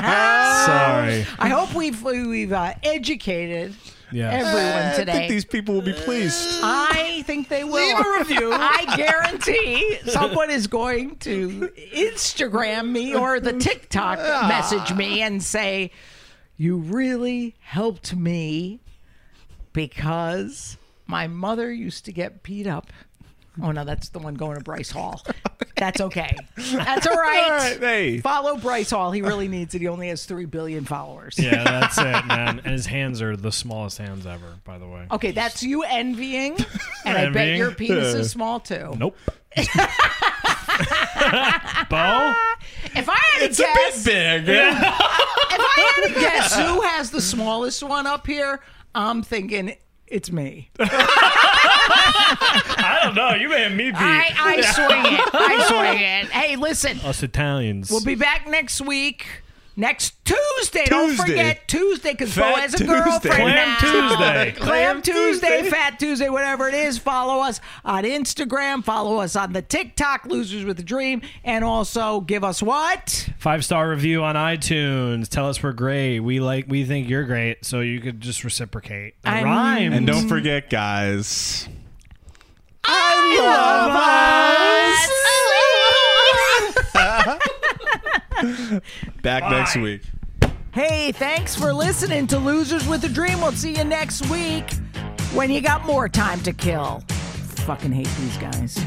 Speaker 2: Sorry.
Speaker 1: I hope we've we've uh, educated
Speaker 2: Yeah.
Speaker 1: everyone
Speaker 3: I think
Speaker 1: today.
Speaker 3: these people will be pleased.
Speaker 1: I think they will. Leave a review. I guarantee someone is going to Instagram me or the TikTok
Speaker 3: Ah.
Speaker 1: message me and say, "You really helped me because my mother used to get beat up." Oh no, that's the one going to Bryce Hall. That's okay. That's all
Speaker 3: All
Speaker 1: right.
Speaker 3: right, hey.
Speaker 1: Follow Bryce Hall. He really needs it. He only has 3 billion followers.
Speaker 2: Yeah, that's it, man. And his hands are the smallest hands ever, by the
Speaker 3: Oh.
Speaker 2: way.
Speaker 1: Okay, that's you envying. And I bet
Speaker 2: Envying.
Speaker 1: your penis is small too.
Speaker 2: Nope. Bo?
Speaker 1: If I had
Speaker 3: It's
Speaker 1: to guess,
Speaker 3: a bit big.
Speaker 1: if I had to guess who has the smallest one up here, I'm thinking it's me.
Speaker 2: I don't know. You made me beat
Speaker 1: I, I swing it. I swing it. Hey, listen,
Speaker 2: us Italians.
Speaker 1: we'll be back next week. Next Tuesday. Don't
Speaker 3: Tuesday.
Speaker 1: forget Tuesday because Bo
Speaker 3: Fat
Speaker 1: has a
Speaker 3: Tuesday.
Speaker 1: girlfriend
Speaker 2: Clam
Speaker 1: now.
Speaker 2: Tuesday.
Speaker 1: Clam
Speaker 3: Clam
Speaker 1: Tuesday,
Speaker 3: Tuesday.
Speaker 1: Fat Tuesday, whatever it is. Follow us on Instagram. Follow us on the TikTok, Losers with a Dream. And also give us what?
Speaker 2: Five star review on iTunes. Tell us we're great. We like we think you're great, so you could just reciprocate. It
Speaker 1: I'm-
Speaker 2: rhymes.
Speaker 3: And don't forget, guys.
Speaker 1: I love us.
Speaker 3: Back next week.
Speaker 1: Hey, thanks for listening to Losers with a Dream. We'll see you next week when you got more time to kill. Fucking hate these guys.